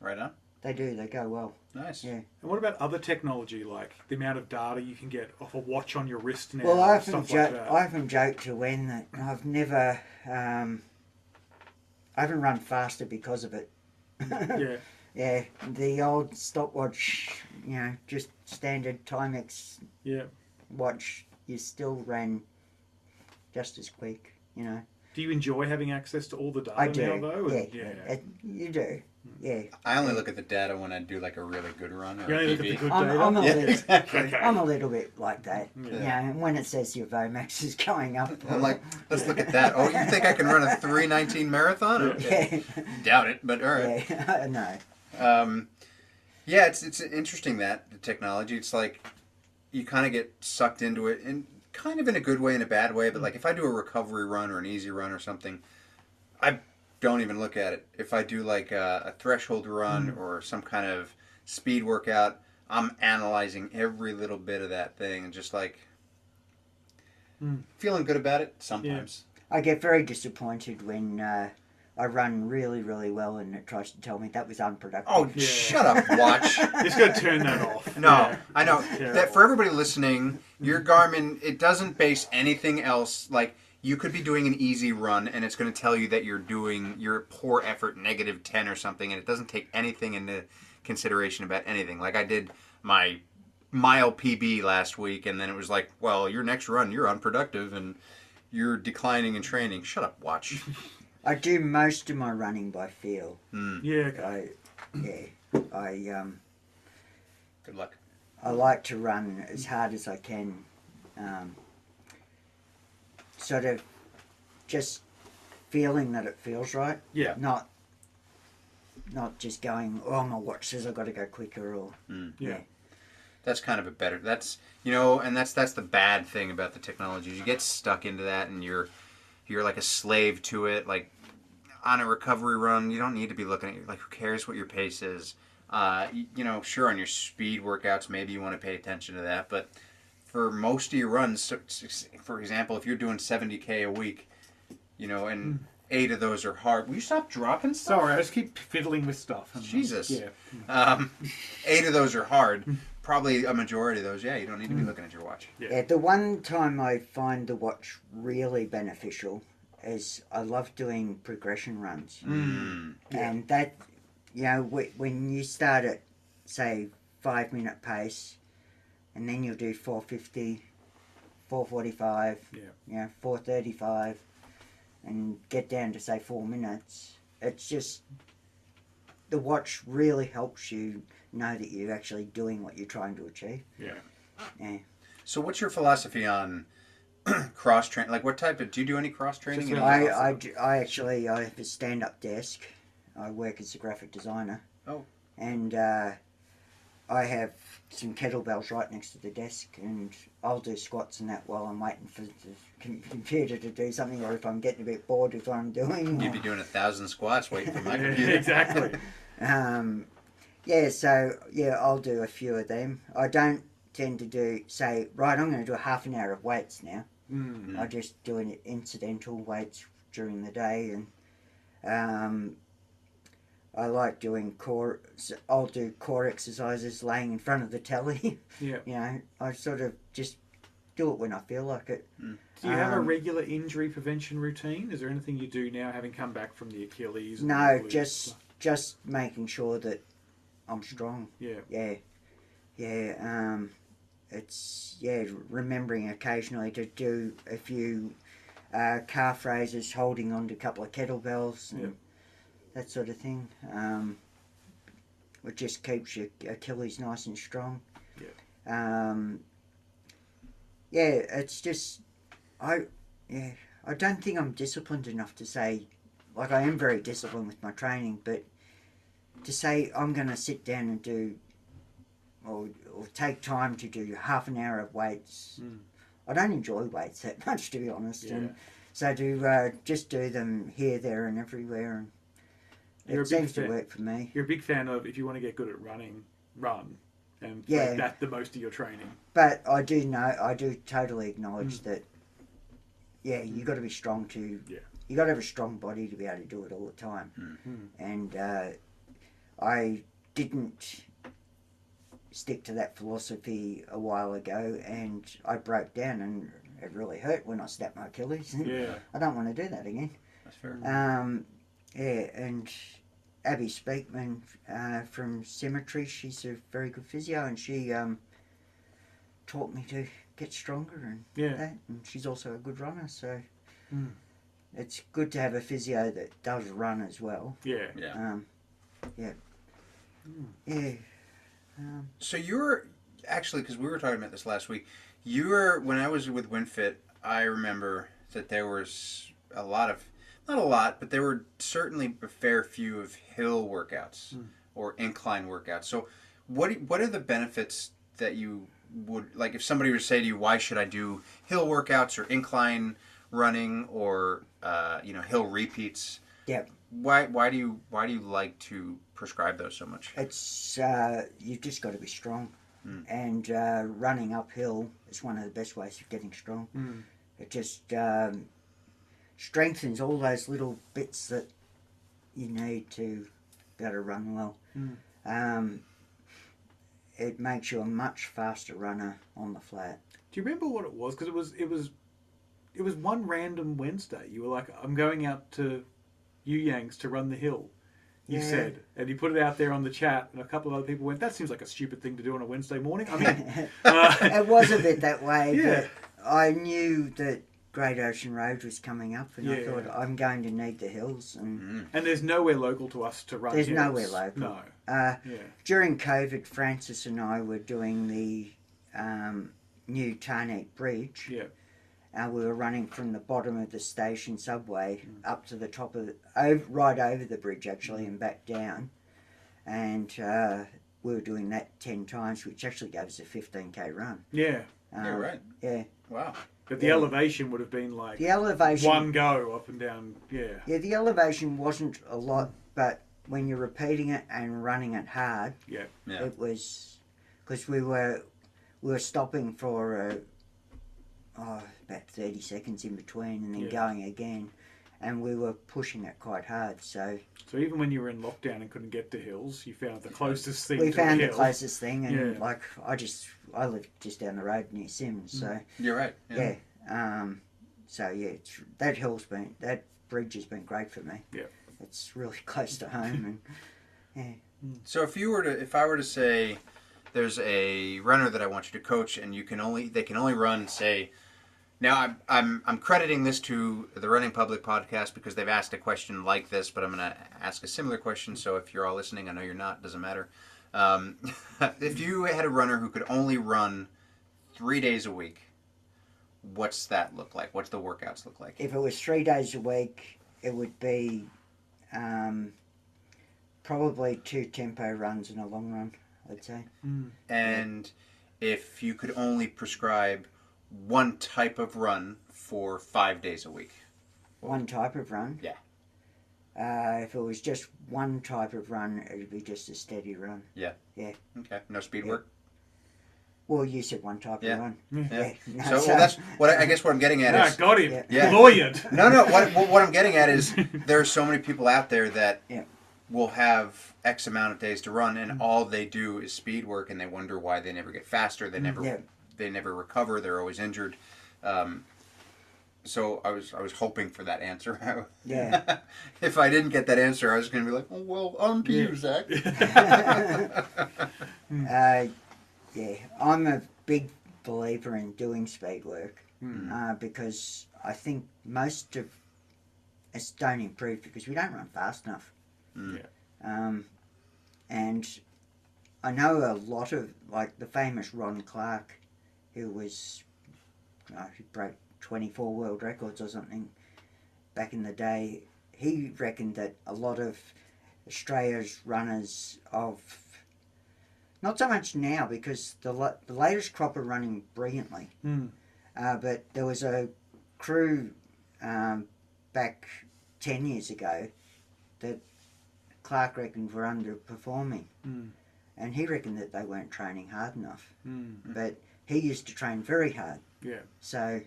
A: Right on.
C: they do they go well.
A: Nice.
C: Yeah.
B: And what about other technology, like the amount of data you can get off a watch on your wrist now?
C: well,
B: and
C: I often
B: stuff
C: joke.
B: like that.
C: I often joke to Wen that I've never um, I haven't run faster because of it. [laughs]
B: yeah.
C: yeah, the old stopwatch, you know, just standard Timex
B: Yeah.
C: watch, you still ran just as quick. You know,
B: Do you enjoy having access to all the data
C: I do.
B: now, though?
C: yeah,
B: And- yeah. Hmm.
C: It, you do. Yeah,
A: I only look at the data when I do like a really good run or
B: You
A: a
B: only look at
A: PB.
B: the good
C: I'm,
B: data.
C: I'm a
A: [laughs] Yeah,
C: little.
A: exactly.
B: Okay.
C: I'm a little bit like that.
B: Yeah.
C: Yeah. and when it says your Vomax is going up,
A: I'm [laughs] like, let's look at that. Oh, you think I can run a 319 marathon? Okay.
C: [laughs] yeah,
A: [laughs] Doubt it, but all right.
C: yeah, [laughs] no,
A: Um, yeah, it's it's interesting that the technology. It's like you kind of get sucked into it, and kind of in a good way and a bad way. But like if I do a recovery run or an easy run or something, I don't even look at it. If I do like a, a threshold
B: Mm.
A: run or some kind of speed workout, I'm analyzing every little bit of that thing and just like
B: Mm.
A: feeling good about it sometimes.
C: I get very disappointed when uh, I run really, really well and it tries to tell me that was unproductive.
A: Oh,
B: Yeah.
A: shut up,
B: [laughs]
A: watch.
B: Just got to turn that
C: [laughs]
B: off.
A: No,
B: [laughs] Yeah.
A: I know
B: That's
A: that
B: terrible.
A: for everybody listening, your Garmin it doesn't base anything else. Like you could be doing an easy run, and it's going to tell you that you're doing your poor effort negative ten or something, and it doesn't take anything into consideration about anything. Like I did my mile PB last week, and then it was like, well, your next run you're unproductive and you're declining in training. Shut up, watch.
C: I do most of my running by feel.
B: Yeah. okay.
C: I, yeah, I um,
A: Good luck.
C: I like to run as hard as I can, um, sort of just feeling that it feels right.
B: Yeah.
C: Not not just going, oh my watch says I've got to go quicker or
B: Mm-hmm. Yeah.
A: That's kind of a better. That's you know, and that's that's the bad thing about the technology. is You get stuck into that, and you're you're like a slave to it. Like on a recovery run, you don't need to be looking at like who cares what your pace is. Uh, y- you know, sure on your speed workouts, maybe you want to pay attention to that, but for most of your runs, so- s- for example, if you're doing 70k a week, you know, and eight of those are hard. Will you stop dropping stuff?
B: Sorry, I just keep fiddling with stuff. I'm like,
A: Jesus.
B: Yeah.
A: Um, eight of those are hard. Probably a majority of those, yeah, you don't need to be looking at your watch.
B: Yeah.
C: Yeah, the one time I find the watch really beneficial is I love doing progression runs.
A: Mm.
C: And Um, that, you know, wh- when you start at, say, five minute pace, and then you'll do 450, 445,
B: Yeah.
C: you know, 435, and get down to, say, four minutes, it's just the watch really helps you know that you're actually doing what you're trying to achieve.
B: Yeah.
A: So, what's your philosophy on [clears throat] cross train? Like, what type of do you do any cross training?
B: Just
A: in-
B: like-
C: I, I, d- I actually I have a stand up desk. I work as a graphic designer.
A: Oh.
C: And uh, I have some kettlebells right next to the desk, and I'll do squats and that while I'm waiting for the com- computer to do something, or if I'm getting a bit bored with what I'm doing.
A: You'd be doing a thousand squats waiting for
B: [laughs]
A: my
B: Yeah,
A: computer.
B: exactly.
C: or- um, yeah, so yeah, I'll do a few of them. I don't tend to do say right. I'm going to do a half an hour of weights now.
B: Mm.
C: I just do an incidental weights during the day, and um, I like doing core. s- I'll do core exercises laying in front of the telly. [laughs]
B: Yeah.
C: you know, I sort of just do it when I feel like it.
B: Do you have a
C: Um,
B: regular injury prevention routine? Is there anything you do now, having come back from the Achilles? and the
C: No,
B: glutes?
C: just just making sure that I'm strong.
B: yeah,
C: Yeah, yeah. Um, it's yeah. Remembering occasionally to do a few uh, calf raises, holding on to a couple of kettlebells and
B: Yeah.
C: that sort of thing. Um, it just keeps your Achilles nice and strong. Yeah. Um, yeah. It's just I yeah. I don't think I'm disciplined enough to say like I am very disciplined with my training, but to say I'm going to sit down and do or, or take time to do half an hour of weights.
B: Mm.
C: I don't enjoy weights that [laughs] much, to be honest. And so to uh, just do them here, there, and everywhere, and
B: You're a
C: it
B: big
C: seems
B: fan.
C: to work for me.
B: you're a big fan of if you want to get good at running, run, and
C: Yeah.
B: make that the most of your
C: [laughs]
B: training.
C: But I do know, I do totally acknowledge that. Yeah, you got to be strong to.
B: Hmm. Yeah.
C: You got to have a strong body to be able to do it all the time.
B: Mm.
C: And uh, I didn't stick to that philosophy a while ago, and I broke down, and it really hurt when I snapped my Achilles.
B: Yeah,
C: [laughs] I don't want to do that again.
A: That's fair.
C: Um, yeah, and Abby Speakman uh, from Cemetery, she's a very good physio, and she um, taught me to get stronger and
B: yeah,
C: that. And she's also a good runner, so
B: Mm.
C: it's good to have a physio that does run as well.
B: yeah.
A: Yeah.
C: Um, yeah, yeah. Um,
A: So you're actually because we were talking about this last week. You were when I was with WinFit. I remember that there was a lot of not a lot, but there were certainly a fair few of hill workouts or incline workouts. So what do- what are the benefits that you would like if somebody were to say to you, why should I do hill workouts or incline running or uh, you know hill repeats?
C: Yeah.
A: Why why do you why do you like to prescribe those so much?
C: It's uh, you've just got to be strong,
B: Hmm.
C: and uh, running uphill is one of the best ways of getting strong.
B: Mm.
C: It just um, strengthens all those little bits that you need to be able to run well.
B: Mm.
C: Um, it makes you a much faster runner on the flat.
B: Do you remember what it was? Because it was it was it was one random Wednesday. You were like, "I'm going out to Yu Yang's to run the hill." You
C: Yeah.
B: said, and you put it out there on the chat, and a couple of other people went, "That seems like a stupid thing to do on a
C: [laughs]
B: uh, Wednesday morning." I mean,
C: it was a bit that way,
B: Yeah.
C: but I knew that Great Ocean Road was coming up, and I
B: Yeah. Hmm.
C: thought I'm going to need the hills.
B: [laughs]
C: And
A: Mm,
B: And there's nowhere local to us to run.
C: There's
B: hills.
C: nowhere local.
B: No.
C: uh,
B: Yeah.
C: during COVID, Francis and I were doing the um, new Tarnet Bridge.
B: Yeah.
C: Uh, we were running from the bottom of the station subway up to the top of, over, right over the bridge actually, and back down. And uh, we were doing that 10 times, which actually gave us a 15k run.
B: Yeah.
C: Um,
A: Yeah, right.
C: Yeah.
A: Wow.
B: But the
C: Yeah.
B: elevation would have been like
C: The elevation.
B: one go up and down. Yeah.
C: Yeah, the elevation wasn't a lot, but when you're repeating it and running it hard,
B: Yeah.
A: Yeah.
C: it was because we were we were stopping for uh, oh, about thirty seconds in between and then
B: Yeah.
C: going again, and we were pushing it quite hard. So
B: So even when you were in lockdown and couldn't get to hills, you found the closest thing.
C: we
B: to
C: found
B: a
C: the
B: hill.
C: closest thing, and
B: Yeah.
C: like I just I live just down the road near Sims, so
B: Mm.
A: You're right.
C: yeah, um, so yeah, it's, that hill's been that bridge has been great for me.
B: Yeah.
C: it's really [laughs] close to home and. Yeah.
A: So if you were to, if I were to say, there's a runner that I want you to coach, and you can only, they can only run, say, now I'm, I'm, I'm crediting this to the Running Public podcast because they've asked a question like this, but I'm going to ask a similar question. So if you're all listening, I know you're not, doesn't matter. Um, [laughs] if you had a runner who could only run three days a week, what's that look like? What's the workouts look like?
C: if it was three days a week, it would be um, probably two tempo runs and a long run, I'd say. Mm-hmm.
A: And if you could only prescribe one type of run for five days a week.
C: One type of run.
A: Yeah.
C: Uh, if it was just one type of run, it would be just a steady run.
A: Okay. No speed
C: Yeah.
A: work.
C: Well, you said one type
A: Yeah.
C: of run.
B: Yeah.
C: [laughs] No,
A: So, well, that's what I, I guess what I'm getting at
B: Ah,
A: is
B: got him.
C: Yeah.
A: Yeah.
B: Lawyered.
A: no, no. What what what I'm getting at is there are so many people out there that
C: Yeah. Mm-hmm.
A: will have X amount of days to run, and all they do is speed work, and they wonder why they never get faster. They never
C: Mm-hmm. Yeah.
A: they never recover. They're always injured. Um, so I was I was hoping for that answer. [laughs]
C: Yeah.
A: if I didn't get that answer, I was going to be like, oh, well, on to you,
C: [laughs]
A: Zach.
B: [laughs]
C: Uh, yeah, I'm a big believer in doing speed work uh, because I think most of us don't improve because we don't run fast enough.
B: Mm.
C: Um, and I know a lot of, like the famous Ron Clark, who was, uh, who broke 24 world records or something back in the day, he reckoned that a lot of Australia's runners of not so much now because the, la- the latest crop are running brilliantly.
B: Hmm.
C: Uh, but there was a crew um, back 10 years ago that Clark reckoned were underperforming.
B: Hmm.
C: And he reckoned that they weren't training hard enough.
B: Hmm.
C: But he used to train very hard.
B: Yeah.
C: So,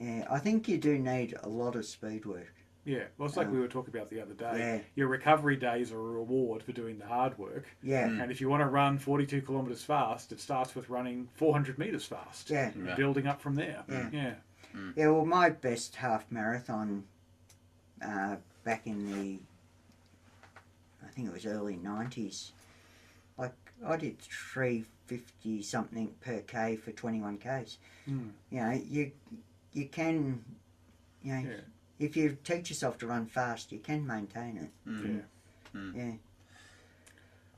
C: yeah, I think you do need a lot of speed work.
B: Yeah. Well, it's like
C: Um,
B: we were talking about the other day.
C: yeah.
B: Your recovery days are a reward for doing the hard work.
C: Yeah,
B: And if you want to run 42 kilometres fast, it starts with running 400 metres fast.
C: yeah.
B: and
A: Yeah.
B: Building up from there.
C: Yeah.
B: Yeah.
C: Yeah, well, my best half marathon uh, back in the, I think it was early 90s, like I did 350 something per K for 21Ks.
B: Hmm.
C: You know, you, you can, you know,
B: Yeah.
C: if you teach yourself to run fast, you can maintain it.
A: Mm.
B: Yeah.
C: Yeah.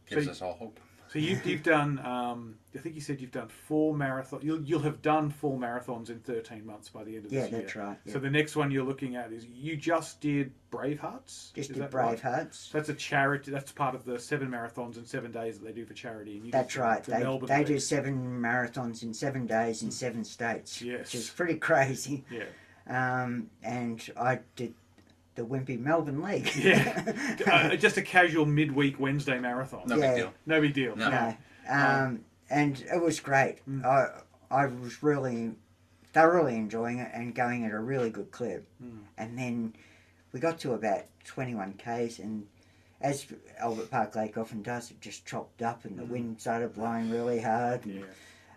A: Gives
B: So-
A: us all hope.
B: So you've, you've done, um, I think you said you've done four marathons. You'll, you'll have done four marathons in 13 months by the end of
C: Yeah,
B: this year.
C: that's right. Yeah.
B: So the next one you're looking at is you just did Bravehearts.
C: Just
B: is
C: did
B: that right?
C: Bravehearts.
B: So that's a charity. That's part of the seven marathons in seven days that they do for charity. And you did
C: That's
B: the-
C: right.
B: the
C: They,
B: Melbourne
C: they do
B: race.
C: seven marathons in seven days in seven states,
B: Yes.
C: which is pretty crazy. [laughs]
B: Yeah.
C: um, and I did the Wimpy Melbourne League. [laughs]
B: Yeah. uh, just a casual midweek Wednesday marathon.
A: No
B: No,
C: Yeah.
A: big deal.
B: big deal.
A: No.
C: no, um, and it was great.
B: mm.
C: I I was really thoroughly enjoying it and going at a really good clip.
B: Mm.
C: And then we got to about twenty one k's, and as Albert Park Lake often does, it just chopped up, and the wind started blowing really hard.
B: Mm. Yeah.
C: and,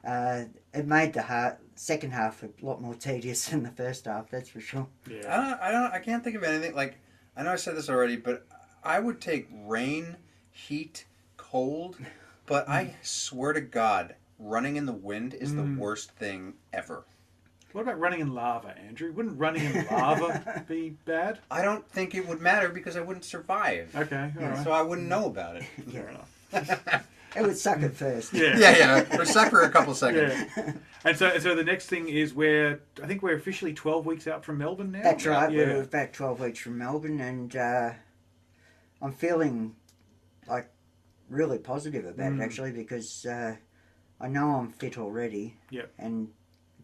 C: Uh, it made the ha second half a lot more tedious [laughs] than the first half. That's for sure.
A: I
B: Yeah.
A: don't, I don't, I can't think of anything. Like, I know I said this already, but I would take rain, heat, cold,
C: Mm.
A: but I swear to God, running in the wind is the worst thing ever.
B: What about running in lava, Andrew? Wouldn't running in
C: [laughs]
B: lava be bad?
A: I don't think it would matter because I wouldn't survive.
B: Okay, all right.
A: So I wouldn't know about it.
B: Fair enough.
C: It would suck at first.
B: Yeah.
A: [laughs] yeah, yeah. Or suck for a couple seconds.
B: Yeah. And so, and so the next thing is we're, I think we're officially 12 weeks out from Melbourne now.
C: That's right. We're
B: Yeah.
C: about 12 weeks from Melbourne, and uh, I'm feeling like really positive about
B: Mm.
C: it actually because uh, I know I'm fit already.
B: Yep.
C: And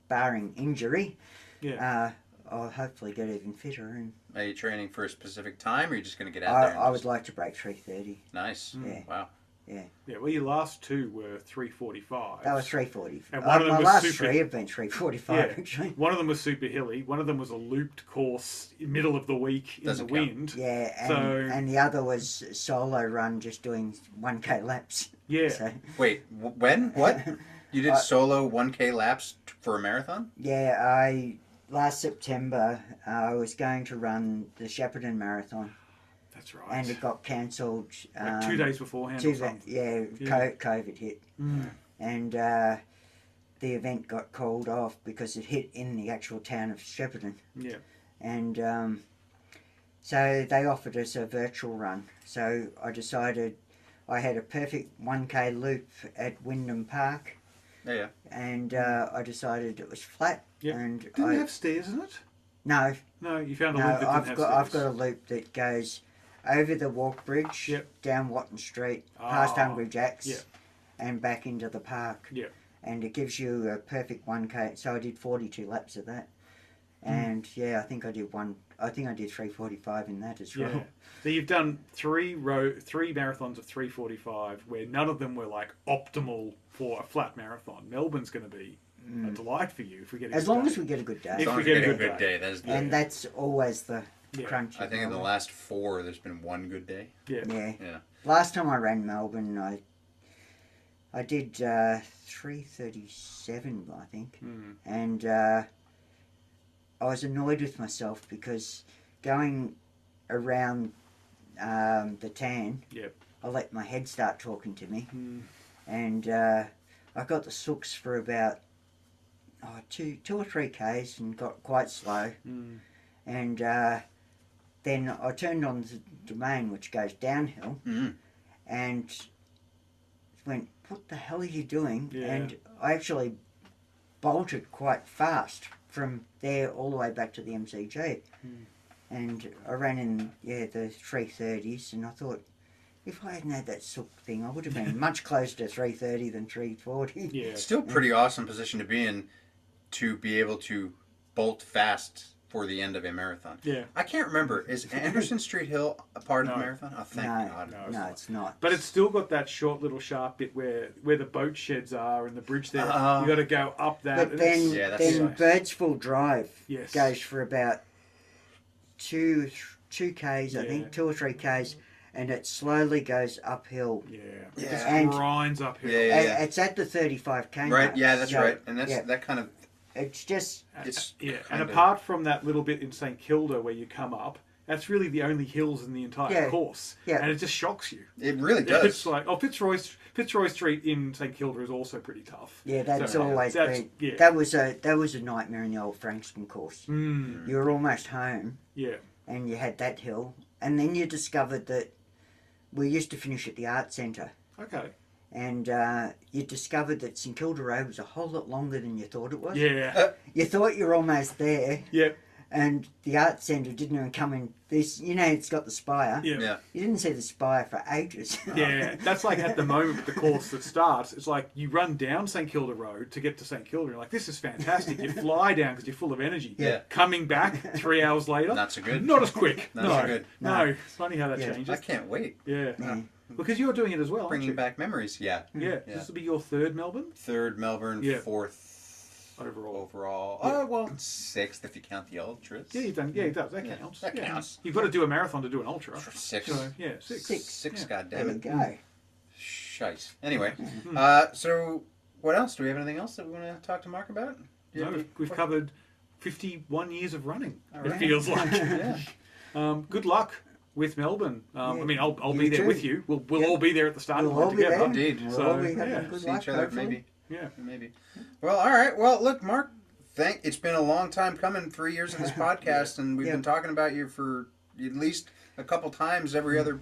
C: barring injury,
B: Yeah.
C: uh, I'll hopefully get even fitter. And
A: Are you training for a specific time, or are you just going to get out
C: I,
A: there? and
C: I would
A: just-
C: like to break 330.
A: nice.
C: Yeah.
A: Wow.
B: Yeah. Well, your last two were 345.
C: That was 340.
B: And
C: Uh,
B: one of them
C: my
B: was
C: last
B: super-
C: three have been 345
B: Yeah.
C: actually.
B: One of them was super hilly. One of them was a looped course, middle of the week in
A: Doesn't
B: the
A: count.
B: wind.
C: Yeah, and,
B: So-
C: and the other was solo run, just doing 1k laps.
B: Yeah.
C: So,
A: Wait, w- when? What? You did solo 1K laps t- for a marathon?
C: Yeah, I last September uh, I was going to run the Shepparton Marathon,
B: That's right.
C: and it got cancelled. Um,
B: like two days beforehand.
C: two
B: or
C: da-
B: something.
C: yeah,
B: Yeah.
C: co- COVID hit,
B: Mm.
C: and uh, the event got called off because it hit in the actual town of Shepparton,
B: Yeah.
C: and um, so they offered us a virtual run. So I decided I had a perfect one k loop at Wyndham Park,
A: Yeah, yeah.
C: and uh,
B: Mm.
C: I decided it was flat,
B: Yeah.
C: and
B: Didn't
C: I
B: have stairs in it?
C: no.
B: No, you found a
C: No,
B: loop that didn't
C: I've
B: have
C: got I've got
B: stairs.
C: a loop that goes over the walk bridge,
B: Yep.
C: down Watton Street, past
B: Ah,
C: Hungry Jack's,
B: yep.
C: and back into the park.
B: Yep.
C: And it gives you a perfect one k. So I did forty two laps of that,
B: Hmm.
C: and yeah, I think I did one. I think I did three forty five in that as well.
B: Yeah. So you've done three row, three marathons of 3:45, where none of them were like optimal for a flat marathon. Melbourne's going to be a delight for you if we get a
C: Mm. As
B: good
C: long
B: day.
C: as we get a good day,
B: If
A: As long
B: we
A: as
B: get a
A: you're
B: good
A: getting a good
B: day.
A: day, that's
C: and
A: good.
C: that's always the
B: Yeah.
C: crunch.
A: I
C: of
A: think in the
C: Melbourne.
A: last four, there's been one good day.
B: yeah.
C: Yeah.
A: Yeah.
C: Last time I ran Melbourne, I I did uh, three thirty seven, I think.
B: Mm.
C: and uh, I was annoyed with myself because going around um, the tan,
B: Yep.
C: I let my head start talking to me,
B: Mm.
C: and uh, I got the sooks for about oh, two, two or three k's, and got quite slow.
B: Mm.
C: And uh, then I turned on the domain, which goes downhill,
B: Mm.
A: Mhm.
C: and went, "What the hell are you doing?"
B: Yeah.
C: And I actually bolted quite fast from there all the way back to the MCG,
B: Mm.
C: and I ran in yeah the three thirties, and I thought. If I hadn't had that sook thing, I would
B: [laughs]
C: have been much closer to 3.30 than 3.40.
B: Yeah.
A: Still pretty awesome position to be in to be able to bolt fast for the end of a marathon.
B: Yeah.
A: I can't remember. Is Anderson Street Hill a part of
B: No.
A: the marathon? Oh, thank
C: No,
A: God.
B: No, it's
C: no,
B: not.
C: it's not.
B: But it's still got that short little sharp bit where where the boat sheds are and the bridge there.
A: Uh-huh.
B: you got to go up that.
C: But
B: and
C: then,
B: it's-
A: Yeah, that's
C: then
B: nice.
C: Birdsville Drive
B: Yes.
C: goes for about two two k's, I
B: Yeah.
C: think, two or three k's, and it slowly goes uphill.
B: yeah, it
A: Yeah.
B: just
C: And-
B: grinds up here.
A: Yeah, yeah.
C: And It's at the thirty-five k.
A: Right? Yeah, that's right. And that's
C: yeah,
A: that kind of.
C: it's just
A: It's
B: Yeah, and
A: kind of-
B: apart from that little bit in St Kilda where you come up, that's really the only hills in the entire
C: Yeah.
B: course.
C: Yeah.
B: and it just shocks you.
A: It really
B: [laughs] It's
A: does.
B: like oh, Fitzroy Fitzroy Street in St Kilda is also pretty tough.
C: yeah, that's
B: So,
C: always
B: that's-
C: been
B: yeah.
C: that was a that was a nightmare in the old Frankston course.
B: Mm,
C: You were almost home,
B: yeah,
C: and you had that hill, and then you discovered that we used to finish at the art centre.
B: okay,
C: And uh, you discovered that St Kilda Road was a whole lot longer than you thought it was.
B: yeah,
C: You thought you were almost there,
B: yeah,
C: and the art centre didn't even come in. This, you know, it's got the spire.
B: yeah.
A: Yeah.
C: You didn't see the spire for ages.
B: Yeah, that's like at the moment with the course that starts. It's like you run down St Kilda Road to get to St Kilda. You're like, this is fantastic. You fly down because you're full of energy.
A: Yeah.
B: Coming back three hours later,
A: Not so good.
B: Not as quick.
A: Not
B: no,
A: so good.
B: No. funny how that
C: Yeah.
A: I
B: changes.
A: can't wait.
B: Yeah.
C: Yeah.
B: because you're doing it as well.
A: Bringing
B: aren't you?
A: back memories. Yeah.
B: Yeah,
A: Yeah.
B: this will be your third Melbourne
A: Third Melbourne,
B: Yeah.
A: fourth
B: overall.
A: overall.
B: Yeah.
A: Oh well, sixth if you count the ultras.
B: Yeah, you've done. Yeah, that, that
A: Yeah,
B: counts.
A: that
B: Yeah.
A: counts.
B: You've got to do a marathon to do an ultra.
A: Six.
B: So, yeah, six.
C: Six.
A: Six.
B: Yeah.
C: [laughs]
B: Hmm.
C: There
A: Goddamn
C: we
A: it.
C: go.
A: Shite.
B: [laughs]
A: Anyway, uh, so what else? Do we have anything else that we want to talk to Mark about? Do you
B: No,
A: have
B: we've,
A: any-
B: we've covered 51 years of running. It
A: right.
B: feels like.
A: Yeah.
B: [laughs] um, good luck with Melbourne. Um, I
C: Yeah,
B: mean, I'll, I'll
C: you
B: be there
C: too.
B: with you. We'll, we'll
C: Yeah.
B: all be there at the start
C: We'll
B: of
C: all
B: it
C: be
B: together.
C: there.
A: Indeed.
C: We'll
B: So,
C: all be having
B: yeah,
C: good
A: See
C: luck,
A: each other
C: hopefully.
A: maybe.
B: Yeah.
A: Maybe. Well, all right. Well, look, Mark. thank. It's been a long time coming. Three years of
B: [laughs]
A: this podcast, and we've
C: Yeah.
A: been talking about you for at least a couple times
B: Mm.
A: every other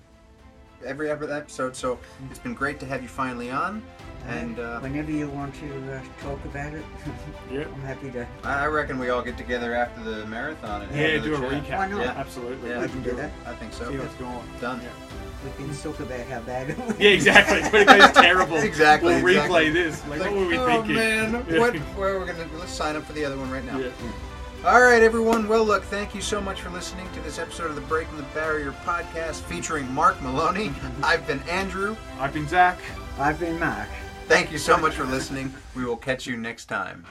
A: every other episode. So it's been great to have you finally on. And uh,
C: whenever you want to uh, talk about it, [laughs]
B: Yeah.
C: I'm happy to.
A: I I reckon we all get together after the marathon and have
B: Yeah,
A: another
B: do a
A: chat.
B: recap.
C: Why not?
A: Yeah.
B: Absolutely.
A: Yeah.
C: we can do that.
A: I think
B: See
A: so.
B: what's going on.
A: Done.
B: Yeah.
C: We can talk about how bad it was.
B: Yeah, exactly. When it goes terrible,
A: Exactly,
B: We'll
A: exactly.
B: replay this. Like,
A: It's like,
B: what were we
A: oh
B: thinking? [laughs]
A: man,
B: Yeah.
A: what? Where we're gonna let's sign up for the other one right now.
B: Yeah.
A: All right, everyone. Well, look, thank you so much for listening to this episode of the Breaking the Barrier podcast featuring Mark Maloney. I've been Andrew.
B: I've been Zach.
C: I've been Mark.
A: Thank you so much for listening. We will catch you next time.